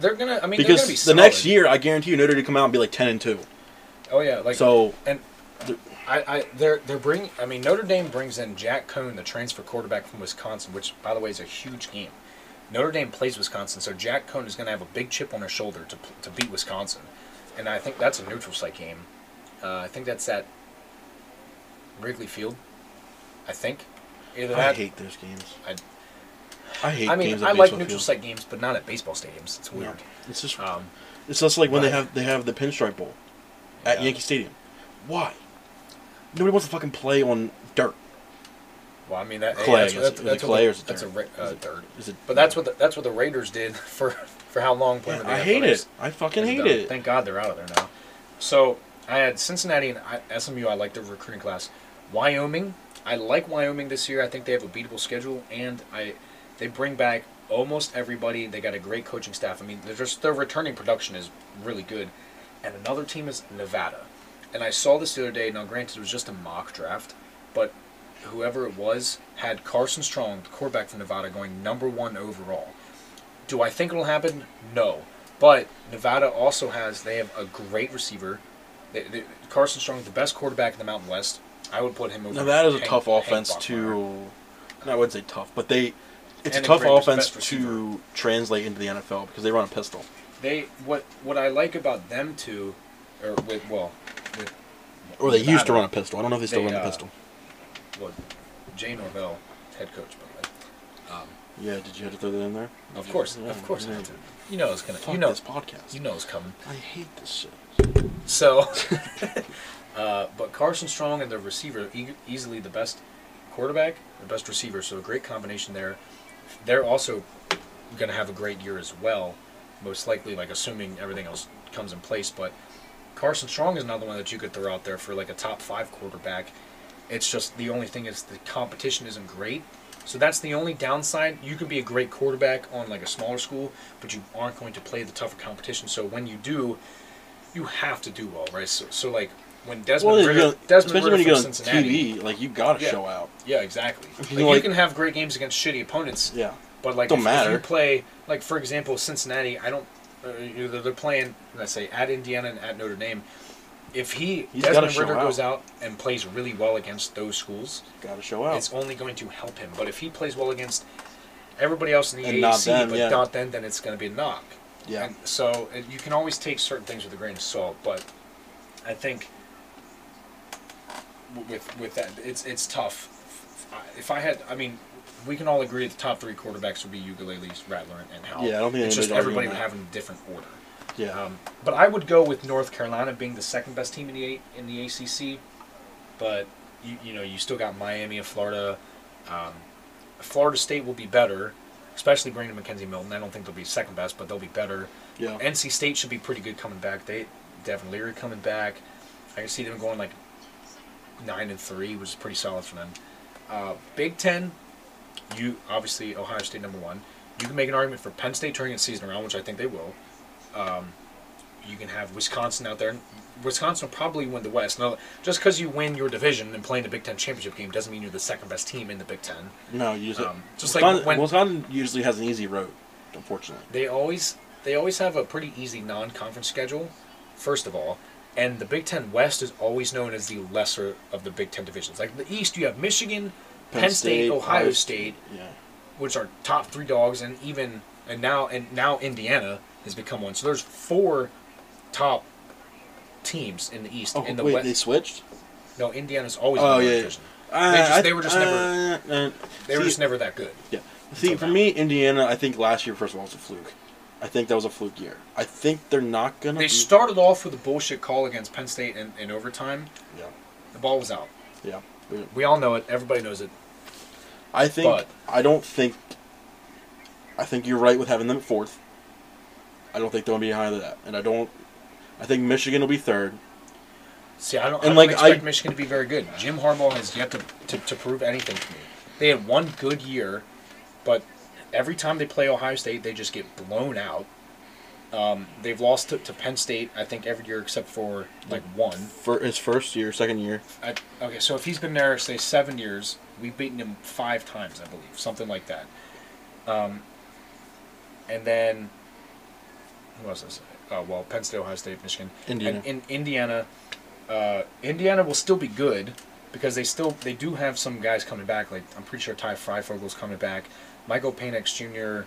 they're gonna. I mean, they're Because gonna be the next solid. year, I guarantee you Notre Dame come out and be like ten and two. Oh yeah, like So and I, I they're they're bring. I mean, Notre Dame brings in Jack Cohn, the transfer quarterback from Wisconsin, which by the way is a huge game. Notre Dame plays Wisconsin, so Jack Cohn is going to have a big chip on his shoulder to pl- to beat Wisconsin, and I think that's a neutral site game. Uh, I think that's at Wrigley Field. I think either I that. hate those games. I, I hate. I mean, games at I like baseball neutral fields. site games, but not at baseball stadiums. It's No, weird. it's just Um, It's just like when they Right. have they have the Pinstripe Bowl at Yeah. Yankee Stadium. Why? Nobody wants to fucking play on dirt. Well, I mean that Clay, That's, is it- that's, is it that's what clay the- or is it that's a dirt? ra- uh, Is it- dirt. is it- But that's what the, that's what the Raiders did for for how long playing. with I the hate Athletics. it. I fucking It's hate done. it. Thank God they're out of there now. So I had Cincinnati and I, SMU. I like their recruiting class. Wyoming. I like Wyoming this year. I think they have a beatable schedule, and I they bring back almost everybody. They got a great coaching staff. I mean, they're just their returning production is really good. And another team is Nevada. And I saw this the other day. Now, granted, it was just a mock draft, but whoever it was had Carson Strong, the quarterback from Nevada, going number one overall. Do I think it'll happen? No. But Nevada also has they have a great receiver. They, they, Carson Strong, is the best quarterback in the Mountain West. I would put him over. Now that is a Hank- tough Hank offense Bachmeyer. to. I wouldn't say tough, but they. And It's a a tough great best offense to receiver. translate into the NFL because they run a pistol. They what what I like about them too, or with well, with Or they used to Nevada. run a pistol. I don't know if they still They, run a uh, pistol. well, Jay Norvell, head coach, by the way. Yeah, did you have to throw that in there? Of course, Yeah, of course, I yeah. do. you know it's gonna, Fuck you know, this podcast. you know it's coming. I hate this shit. So, uh, but Carson Strong and the receiver, e- easily the best quarterback, the best receiver. So a great combination there. They're also going to have a great year as well, most likely, like assuming everything else comes in place. But Carson Strong is another one that you could throw out there for like a top five quarterback. It's just the only thing is the competition isn't great. So that's the only downside. You can be a great quarterback on like a smaller school, but you aren't going to play the tougher competition. So when you do, you have to do well, right? So, so like when Desmond Well, you Ritter, go, Desmond especially Ritter when you for get on Cincinnati, TV, like you gotta Yeah. show out. yeah, exactly. If you Like, like- you can have great games against shitty opponents, Yeah, but like Don't if, if matter. you play like for example Cincinnati, I don't. Uh, you know, they're playing. Let's say at Indiana and at Notre Dame. If he He's gotta Desmond show Ritter out. goes out and plays really well against those schools, gotta show out. it's only going to help him. But if he plays well against everybody else in the And not AAC, them, but yeah. not then, then it's going to be a knock. yeah, And so uh, you can always take certain things with a grain of salt, but I think w- with with that, it's it's tough. I- If I had, I mean, we can all agree the top three quarterbacks would be Ukuleles, Rattler, and Howell. Yeah, I don't think it's just anybody's arguing everybody would that. have in a different order. yeah. Um, but I would go with North Carolina being the second best team in the A- in the ACC. But you, you know you still got Miami and Florida. Um, Florida State will be better, especially bringing in Mackenzie Milton. I don't think they'll be second best, but they'll be better. Yeah. NC State should be pretty good coming back. They Devin Leary coming back. I can see them going like nine and three, which is pretty solid for them. Uh, Big Ten, you obviously Ohio State number one. You can make an argument for Penn State turning its season around, which I think they will. Um, you can have Wisconsin out there. Wisconsin will probably win the West. Now, just because you win your division and play in the Big Ten championship game doesn't mean you're the second best team in the Big Ten. no, you just, um, just like Wisconsin, when- Wisconsin usually has an easy road, unfortunately. They always they always have a pretty easy non-conference schedule, first of all, and the Big Ten West is always known as the lesser of the Big Ten divisions. Like the East, you have Michigan, Penn, State, Ohio, State, Yeah, which are top three dogs, and even and now and now Indiana has become one. So there's four top teams in the East. Oh, in the wait, West, they switched. no, Indiana's always Oh been in the yeah, division. Uh, They just- I- they were just never- uh, uh, They were see- just never that good. Yeah. See, for me, Indiana, I think last year, first of all, was a fluke. I think that was a fluke year. I think they're not gonna. They be- started off with a bullshit call against Penn State in, in overtime. Yeah, The ball was out. yeah. We all know it. Everybody knows it. I think But- I don't think I think you're right with having them at fourth. I don't think they'll be higher than that, and I don't. I think Michigan will be third. See, I don't, And, I don't like, expect I- Michigan to be very good. Jim Harbaugh has yet to, to, to prove anything to me. They had one good year, but every time they play Ohio State, they just get blown out. Um, they've lost to, to Penn State, I think, every year except for like one. For his first year, second year, I, okay, so if he's been there, say, seven years, we've beaten him five times, I believe, something like that. Um, and then, who else is it? Uh, well, Penn State, Ohio State, Michigan. Indiana. And in Indiana, uh, Indiana will still be good because they still they do have some guys coming back. Like I'm pretty sure Ty Freifogle's coming back. Michael Penix Jr.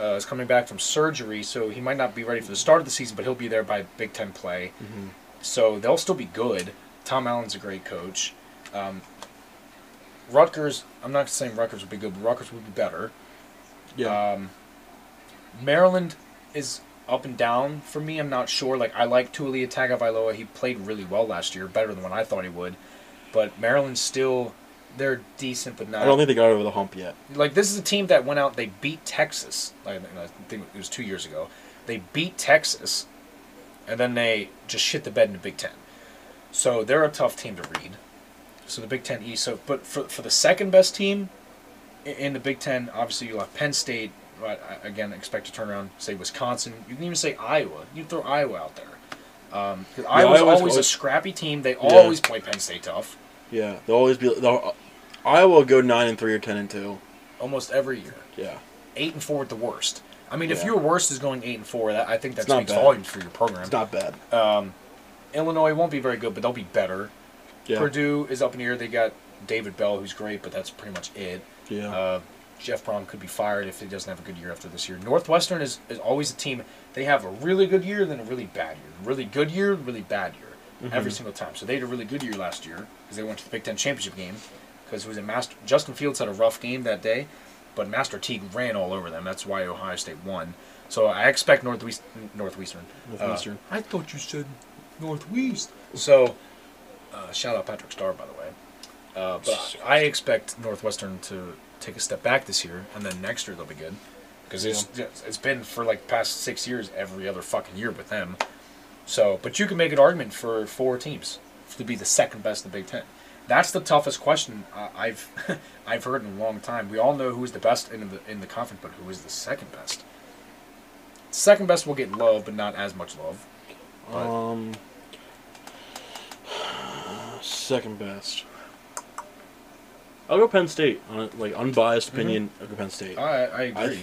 Uh, is coming back from surgery, so he might not be ready for the start of the season, but he'll be there by Big Ten play. So they'll still be good. Tom Allen's a great coach. Um, Rutgers, I'm not saying Rutgers would be good, but Rutgers would be better. yeah, Maryland is up and down for me. I'm not sure. Like I like Tulia Tagovailoa. He played really well last year, better than what I thought he would. But Maryland's still they're decent, but not. I don't think they got over the hump yet. like this is a team that went out. They beat Texas. Like I think it was two years ago. They beat Texas, and then they just shit the bed in the Big Ten. So they're a tough team to read. So the Big Ten East. So, but for for the second best team i- in the Big Ten, obviously you have Penn State. But I- again, expect to turn around. Say Wisconsin. You can even say Iowa. You throw Iowa out there. Um, 'cause Iowa's Iowa's always a always- scrappy team. They always play Penn State tough, Yeah, they'll always be. They'll, uh, Iowa will go nine and three or ten and two. almost every year. Yeah, eight and four at the worst. I mean, if Yeah. your worst is going eight and four, that I think that It's not speaks bad. volumes for your program. it's not bad. Uh, Illinois won't be very good, but they'll be better. yeah, Purdue is up in the air. They got David Bell, who's great, but that's pretty much it. yeah. Uh, Jeff Brom could be fired if he doesn't have a good year after this year. Northwestern is, is always a team. They have a really good year, then a really bad year. Really good year, really bad year. Every single time. So they had a really good year last year because they went to the Big Ten championship game. Because it was a master. Justin Fields had a rough game that day, but Master Teague ran all over them. That's why Ohio State won. So I expect Northwest Northwestern. uh, Northwestern. I thought you said Northwest. So uh, shout out Patrick Starr, by the way. Uh, but I expect Northwestern to take a step back this year, and then next year they'll be good. Because it's, it's been for like past six years, every other fucking year with them. So, but you can make an argument for four teams to be the second best in the Big Ten. That's the toughest question I- I've I've heard in a long time. We all know who's the best in the in the conference, but who is the second best? Second best will get love, but not as much love. But Um, second best. I'll go Penn State. On like unbiased opinion, I'll go Penn State. Mm-hmm. I, I I agree.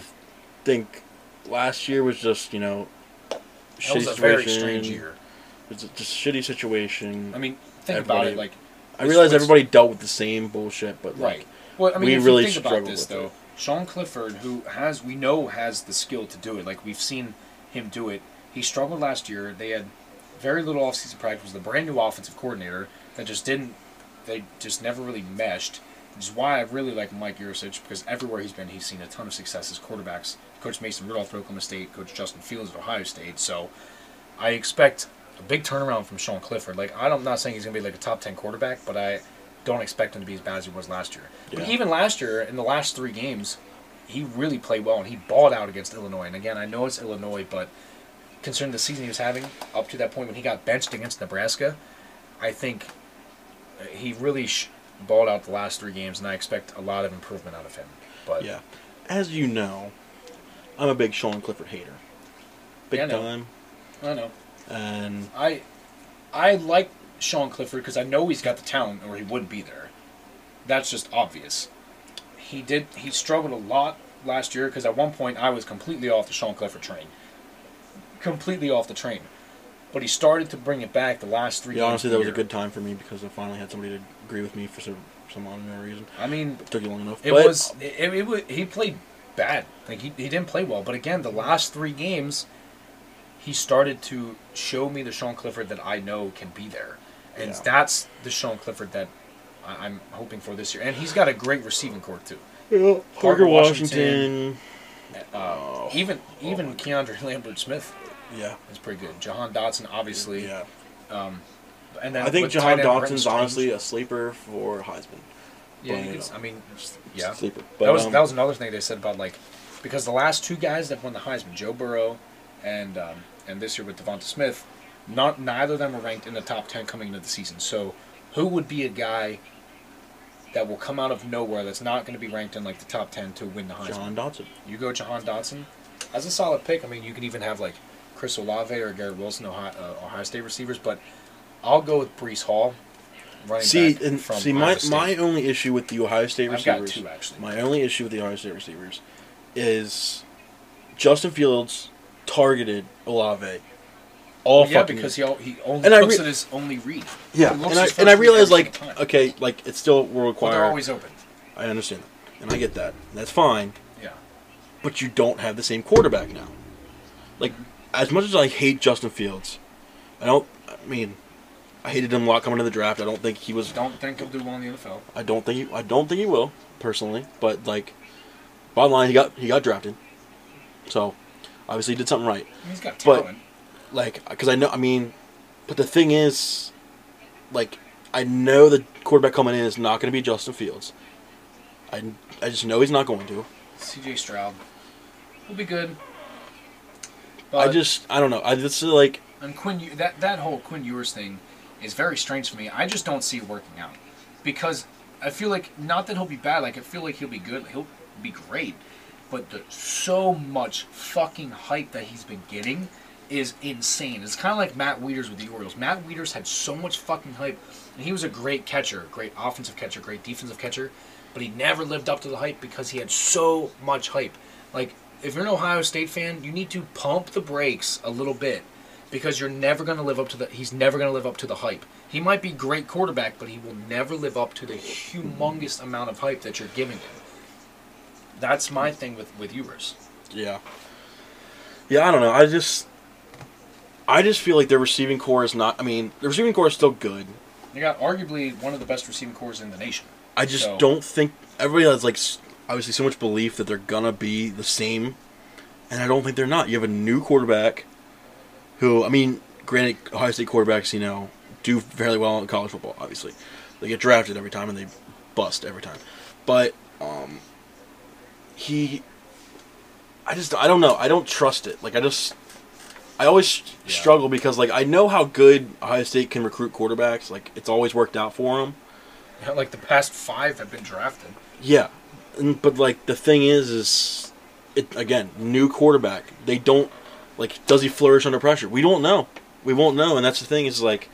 think last year was just you know That was a very strange year. It's a- just a shitty situation. I mean, think about it. Everybody- Like, I realize it's- everybody dealt with the same bullshit, but like, Right. Well, I mean, we if really you think about struggled this with though, it. Sean Clifford, who has we know has the skill to do it, like we've seen him do it. He struggled last year. They had very little offseason practice. The brand new offensive coordinator that just didn't, they just never really meshed. Which is why I really like Mike Yurcich because everywhere he's been, he's seen a ton of success as quarterbacks. Coach Mason Rudolph at Oklahoma State, Coach Justin Fields at Ohio State. So I expect a big turnaround from Sean Clifford. Like I'm not saying he's gonna be like a top ten quarterback, but I don't expect him to be as bad as he was last year. But Yeah. even last year, in the last three games, he really played well and he balled out against Illinois. And again, I know it's Illinois, but considering the season he was having up to that point when he got benched against Nebraska, I think uh, he really sh- balled out the last three games, and I expect a lot of improvement out of him. But yeah. As you know, I'm a big Sean Clifford hater, big Yeah, I know. time, I don't know. and I I like Sean Clifford because I know he's got the talent, or he wouldn't be there. That's just obvious. He did. He struggled a lot last year because at one point I was completely off the Sean Clifford train, completely off the train. But he started to bring it back the last three. yeah, games honestly, of that the was a year. good time for me because I finally had somebody to agree with me for some some unknown reason. I mean, It took you long enough. It but- uh, was it, it, wa- he played bad. Like he, he didn't play well. But again, the last three games, he started to show me the Sean Clifford that I know can be there, and Yeah. that's the Sean Clifford that I, I'm hoping for this year. And he's got a great receiving core too. Well, Parker Parker Washington. Washington. Oh. even even Keandre Lambert Smith Yeah. is pretty good. Jahan Dotson obviously. Yeah. And then I think with Jahan tight end Brenton Dotson's Strange- honestly a sleeper for Heisman. Yeah, you But, you could, s- know, I mean, yeah. Sleeper. But, that was um, that was another thing they said about like because the last two guys that won the Heisman, Joe Burrow, and um, and this year with Devonta Smith, not neither of them were ranked in the top ten coming into the season. So who would be a guy that will come out of nowhere that's not going to be ranked in like the top ten to win the Heisman? Jahan Dotson. You go Jahan Dotson as a solid pick. I mean, you can even have like Chris Olave or Garrett Wilson, Ohio, uh, Ohio State receivers, but I'll go with Brees Hall. Running See, back and from see, Iowa my, State. my only issue with the Ohio State I've got receivers, two, actually. my only issue with the Ohio State receivers, is Justin Fields targeted Olave all yeah, fucking because year. he, al- he only And I looks re- at his only read. yeah, He looks and I his first and I read realize every like single time. okay, like it's still will But require. they're always open. I understand that, and I get that. and That's fine. Yeah, but you don't have the same quarterback now. Like, as much as I hate Justin Fields, I don't. I mean, I hated him a lot coming to the draft. I don't think he was. don't think he'll do well in the NFL. I don't think. He, I don't think he will personally. But like, bottom line, he got he got drafted. So, obviously, he did something right. He's got But- talent. Like, because I know. I mean, but the thing is, like, I know the quarterback coming in is not going to be Justin Fields. I I just know he's not going to. C.J. Stroud will be good. I But- just I don't know. I just feel like and Quinn Ew- that that whole Quinn Ewers thing is very strange for me. I just don't see it working out because I feel like not that he'll be bad. Like I feel like he'll be good. He'll be great. But the, so much fucking hype that he's been getting is insane. It's kind of like Matt Wieters with the Orioles. Matt Wieters had so much fucking hype, and he was a great catcher, great offensive catcher, great defensive catcher, but he never lived up to the hype because he had so much hype. Like, if you're an Ohio State fan, you need to pump the brakes a little bit because you're never going to live up to the he's never going to live up to the hype. He might be great quarterback, but he will never live up to the humongous amount of hype that you're giving him. That's my thing with with Ewers. Yeah. Yeah, I don't know. I just I just feel like their receiving core is not I mean, the receiving core is still good. They got arguably one of the best receiving cores in the nation. I just So- don't think everybody has like s- obviously so much belief that they're gonna be the same and I don't think they're not. You have a new quarterback who I mean, granted Ohio State quarterbacks, you know, do fairly well in college football, obviously. They get drafted every time and they bust every time. But um he I just I don't know. I don't trust it. Like I just I always struggle because like I know how good Ohio State can recruit quarterbacks. Like it's always worked out for them. Like the past five have been drafted. Yeah, and, but like the thing is, is it again new quarterback? They don't like does he flourish under pressure? We don't know. We won't know, and that's the thing is like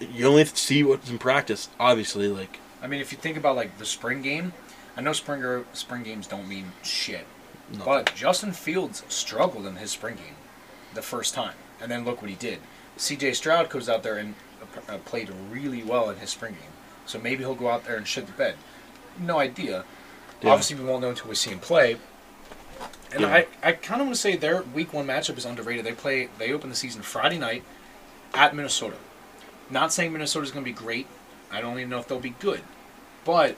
you only have to see what's in practice. Obviously, like I mean, if you think about like the spring game, I know springer spring games don't mean shit, Nothing. but Justin Fields struggled in his spring game the first time, and then look what he did. C.J. Stroud goes out there and uh, played really well in his spring game, so maybe he'll go out there and shit the bed. No idea. Yeah. Obviously, we won't know until we see him play. And Yeah. I, I kind of want to say their week one matchup is underrated. They play, they open the season Friday night at Minnesota. Not saying Minnesota's going to be great. I don't even know if they'll be good. But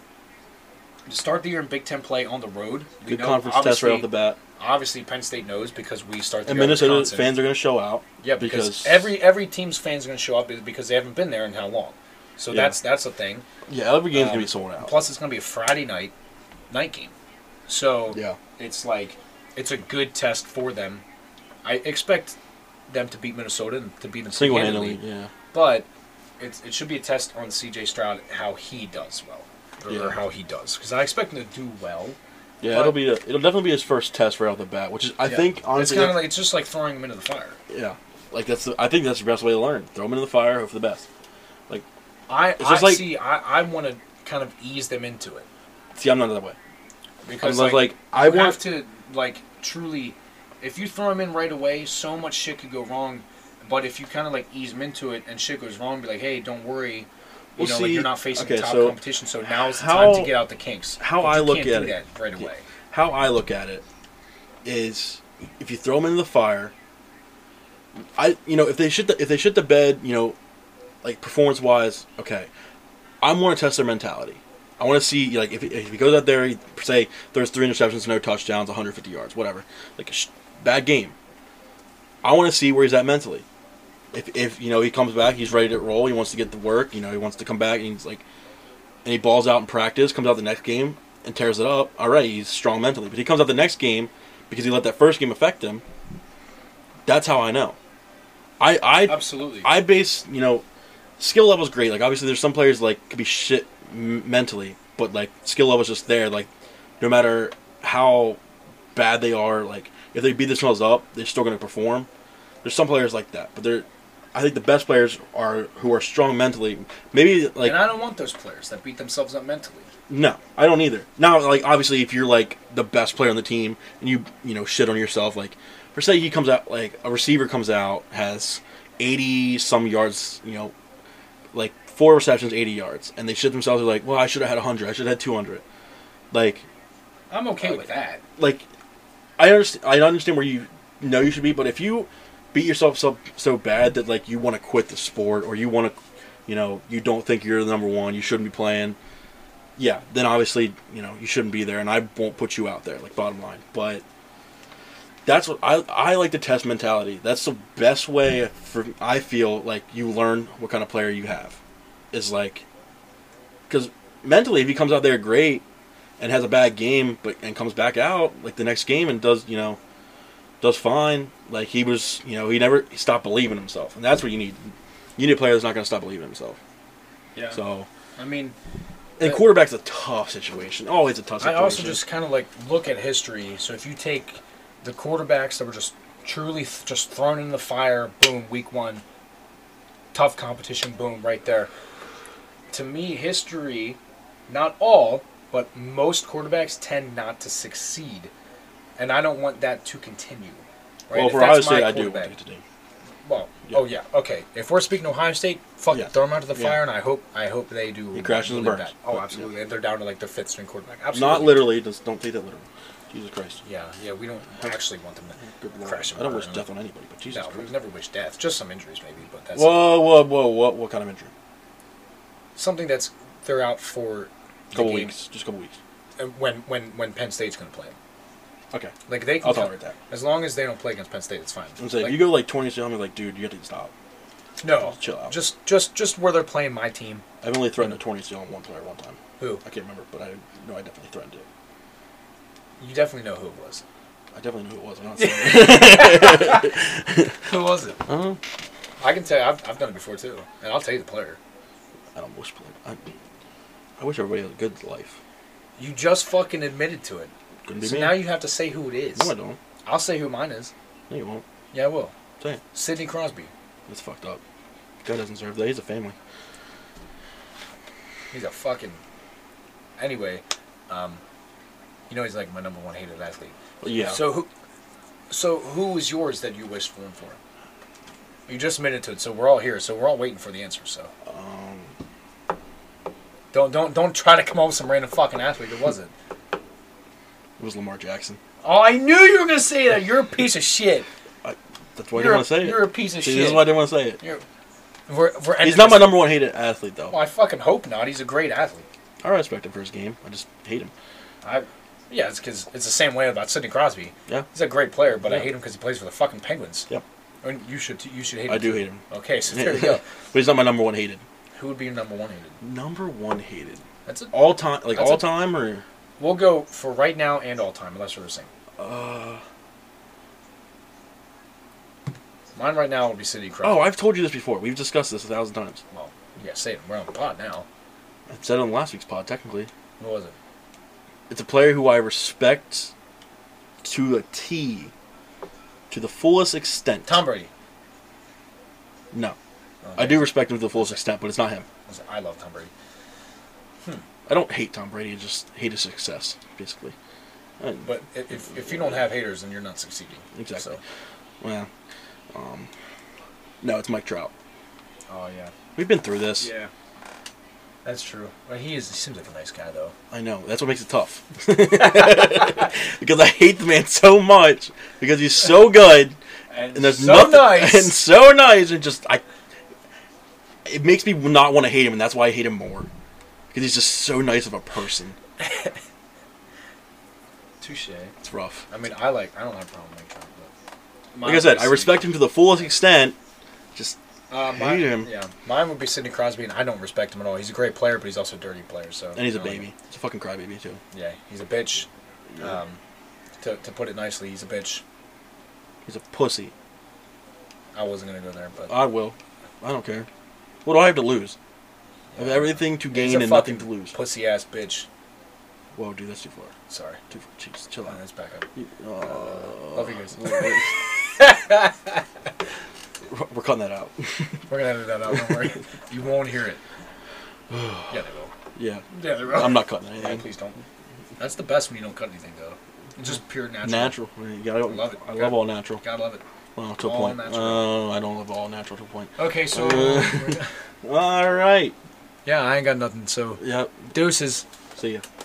to start the year in Big Ten play on the road, we good know conference test right obviously- off the bat, Obviously, Penn State knows because we start the and year at Minnesota Wisconsin. fans are going to show out. Yeah, because, every every team's fans are going to show up because they haven't been there in how long. So Yeah. that's that's a thing. yeah every game's um, going to be sold out. Plus, it's going to be a Friday night night game. So yeah, it's like it's a good test for them. I expect them to beat Minnesota and to beat them single handedly. single-handedly, Yeah, but it's, it should be a test on C.J. Stroud how he does well or, Yeah. how he does because I expect him to do well. yeah. But- it'll be a, it'll definitely be his first test right off the bat, which is I Yeah. think honestly it's kind that's- of like it's just like throwing him into the fire. Yeah, like that's. The, I think that's the best way to learn. Throw them in the fire, hope for the best. I I just like- see. I, I want to kind of ease them into it See, I'm not that way. because I'm like, like, I you have want. to like truly. If you throw him in right away, so much shit could go wrong. But if you kind of like ease him into it and shit goes wrong, be like, hey, don't worry. You Well, know, like see, you're not facing okay, top so competition, so now's the how- time to get out the kinks. how But I you look can't at do it- that right away. How I look at it is, if you throw them into the fire, I you know if they shit the, if they shit the bed, you know, like performance wise, okay. I want to test their mentality. I want to see like if, if he goes out there, he, say there's three interceptions, no touchdowns, 150 yards, whatever, like a sh- bad game. I want to see where he's at mentally. If, if you know he comes back, he's ready to roll. He wants to get to work. You know he wants to come back and he's like, and he balls out in practice. Comes out the next game and tears it up. All right, he's strong mentally. But he comes out the next game because he let that first game affect him. That's how I know. I I Absolutely. I base, you know, skill level's great. Like obviously, there's some players like could be shit m- mentally, but like skill level's just there. Like no matter how bad they are, like if they beat themselves up, they're still gonna perform. There's some players like that, but they're. I think the best players are who are strong mentally. Maybe like and I don't want those players that beat themselves up mentally. no, I don't either. Now, like obviously, if you're like the best player on the team and you you know shit on yourself, like for say he comes out like a receiver comes out has eighty some yards, you know, like four receptions, eighty yards, and they shit themselves. They're like, well, I should have had hundred, I should have had two hundred. Like, I'm okay with that. like I understand. I understand where you know you should be, but if you beat yourself so so bad that like you want to quit the sport or you want to, you know, you don't think you're the number one, you shouldn't be playing. Yeah, then obviously you know you shouldn't be there, and I won't put you out there. Like bottom line, but that's what I I like the test mentality. That's the best way for I feel like you learn what kind of player you have, is like, because mentally if he comes out there great, and has a bad game, but and comes back out like the next game and does you know does fine. Like he was, you know, he never he stopped believing in himself, and that's what you need. You need a player that's not going to stop believing in himself. Yeah. So, I mean, and Uh, quarterback's a tough situation. Always a tough I situation. also just kind of like look at history. So if you take the quarterbacks that were just truly th- just thrown in the fire, boom, week one, tough competition, boom, right there. To me, history, not all, but most quarterbacks tend not to succeed, and I don't want that to continue. Right? well If for that's Ohio my State, I do quarterback- want to do. Well, Yeah. oh yeah, okay. If we're speaking Ohio State, fuck Yeah. it, throw them out to the Yeah. fire, and I hope I hope they do. It crashes and really burns. bad. Oh, But, absolutely. They're down to like their fifth string quarterback. Absolutely. Not literally. Just don't take that literally. Jesus Christ. Yeah, yeah. We don't actually want them to Good Lord. crash. and I don't burn. wish death on anybody, but Jesus No, we Christ. never wish death. Just some injuries, maybe, but that's Whoa, whoa, whoa, whoa! What kind of injury? something that's they're out for the Couple game, weeks, just a couple weeks. and When when when Penn State's going to play them, Okay, like they can I'll come- tolerate that. as long as they don't play against Penn State, it's fine. I'm saying Like, if you go like 20, so I'm like, dude, you have to stop. no, chill out. Just just just where they're playing my team. I've only threatened a 20 steal on one player one time. Who I can't remember, but I know I definitely threatened it. you definitely know who it was. I definitely knew who it was. I'm not saying Who was it? uh, I can tell you, I've, I've done it before too, and I'll tell you the player. I don't wish. I, I wish everybody had a good life. You just fucking admitted to it. Couldn't be So me. now you have to say who it is. no, I don't. I'll say who mine is. No, you won't. Yeah, I will. Say it. Sidney Crosby. That's fucked up. God doesn't deserve that. He's a family. He's a fucking. Anyway, um, you know he's like my number one hated athlete. But yeah. So who, so who was yours that you wished for him for? You just admitted to it, so we're all here, so we're all waiting for the answer. So um, don't don't don't try to come up with some random fucking athlete. It wasn't. it was Lamar Jackson. Oh, I knew you were gonna say that. You're a piece of shit. That's why I you're didn't a- want to say it. You're a piece of See, shit. this is why I didn't want to say it. You're, we're, we're ending He's not my this- number one hated athlete, though. Well, I fucking hope not. He's a great athlete. I respect him for his game. I just hate him. I, yeah, it's because it's the same way about Sidney Crosby. Yeah. He's a great player, but I Yeah. hate him because he plays for the fucking Penguins. Oh, Yep. And you should t- you should hate him. I do too. hate him. Okay, so there you go. but he's not my number one hated. Who would be your number one hated? Number one hated. That's it. All time, like That's all a- time, or We'll go for right now and all time, unless we're the same. uh, Mine right now would be Sidney Crosby. oh, I've told you this before. We've discussed this a thousand times. well, yeah, say it. We're on the pod now. I said it on last week's pod. Technically, Who was it? it's a player who I respect to a T, to the fullest extent. Tom Brady. No, Oh, I do respect him to the fullest extent, but it's not him. was it? I love Tom Brady. I don't hate Tom Brady. I just hate his success, basically. And- But i- if, if you don't have haters, then you're not succeeding. Exactly. So- Well, um, no, it's Mike Trout. oh yeah. We've been through this. Yeah. That's true. Well, he is. He seems like a nice guy, though. I know. That's what makes it tough. because I hate the man so much because he's so good and there's so nothing nice. and so nice and just I it makes me not want to hate him and that's why I hate him more. Because he's just so nice of a person. Touche. It's rough. I mean, I like. I don't have a problem with Trump, but Like I said, I respect him to the fullest extent. Just Uh, hate mine, him. Yeah, mine would be Sidney Crosby, and I don't respect him at all. He's a great player, but he's also a dirty player. So and he's a you know, like, baby. He's a fucking crybaby too. yeah, he's a bitch. Um, to, to put it nicely, he's a bitch. He's a pussy. I wasn't gonna go there, but I will. I don't care. What do I have to lose? I have Yeah. everything to He's gain a and nothing to fucking lose. Pussy ass bitch. Whoa, dude, that's too far. Sorry. Too far. Jeez, chill Uh, out. let's back up. You- uh, Love you guys. We're- We're cutting that out. We're gonna edit that out. Don't worry. you won't hear it. Yeah, they will. yeah, Yeah, they will. I'm not cutting Yeah, anything. please don't. That's the best when you don't cut anything though. It's just pure natural. Natural. You gotta- I love it. I love all natural. God love it. Well, to a all point. natural. Oh, I don't love all natural to a point. Okay, so All right. yeah, I ain't got nothing. So Yep. deuces. See ya.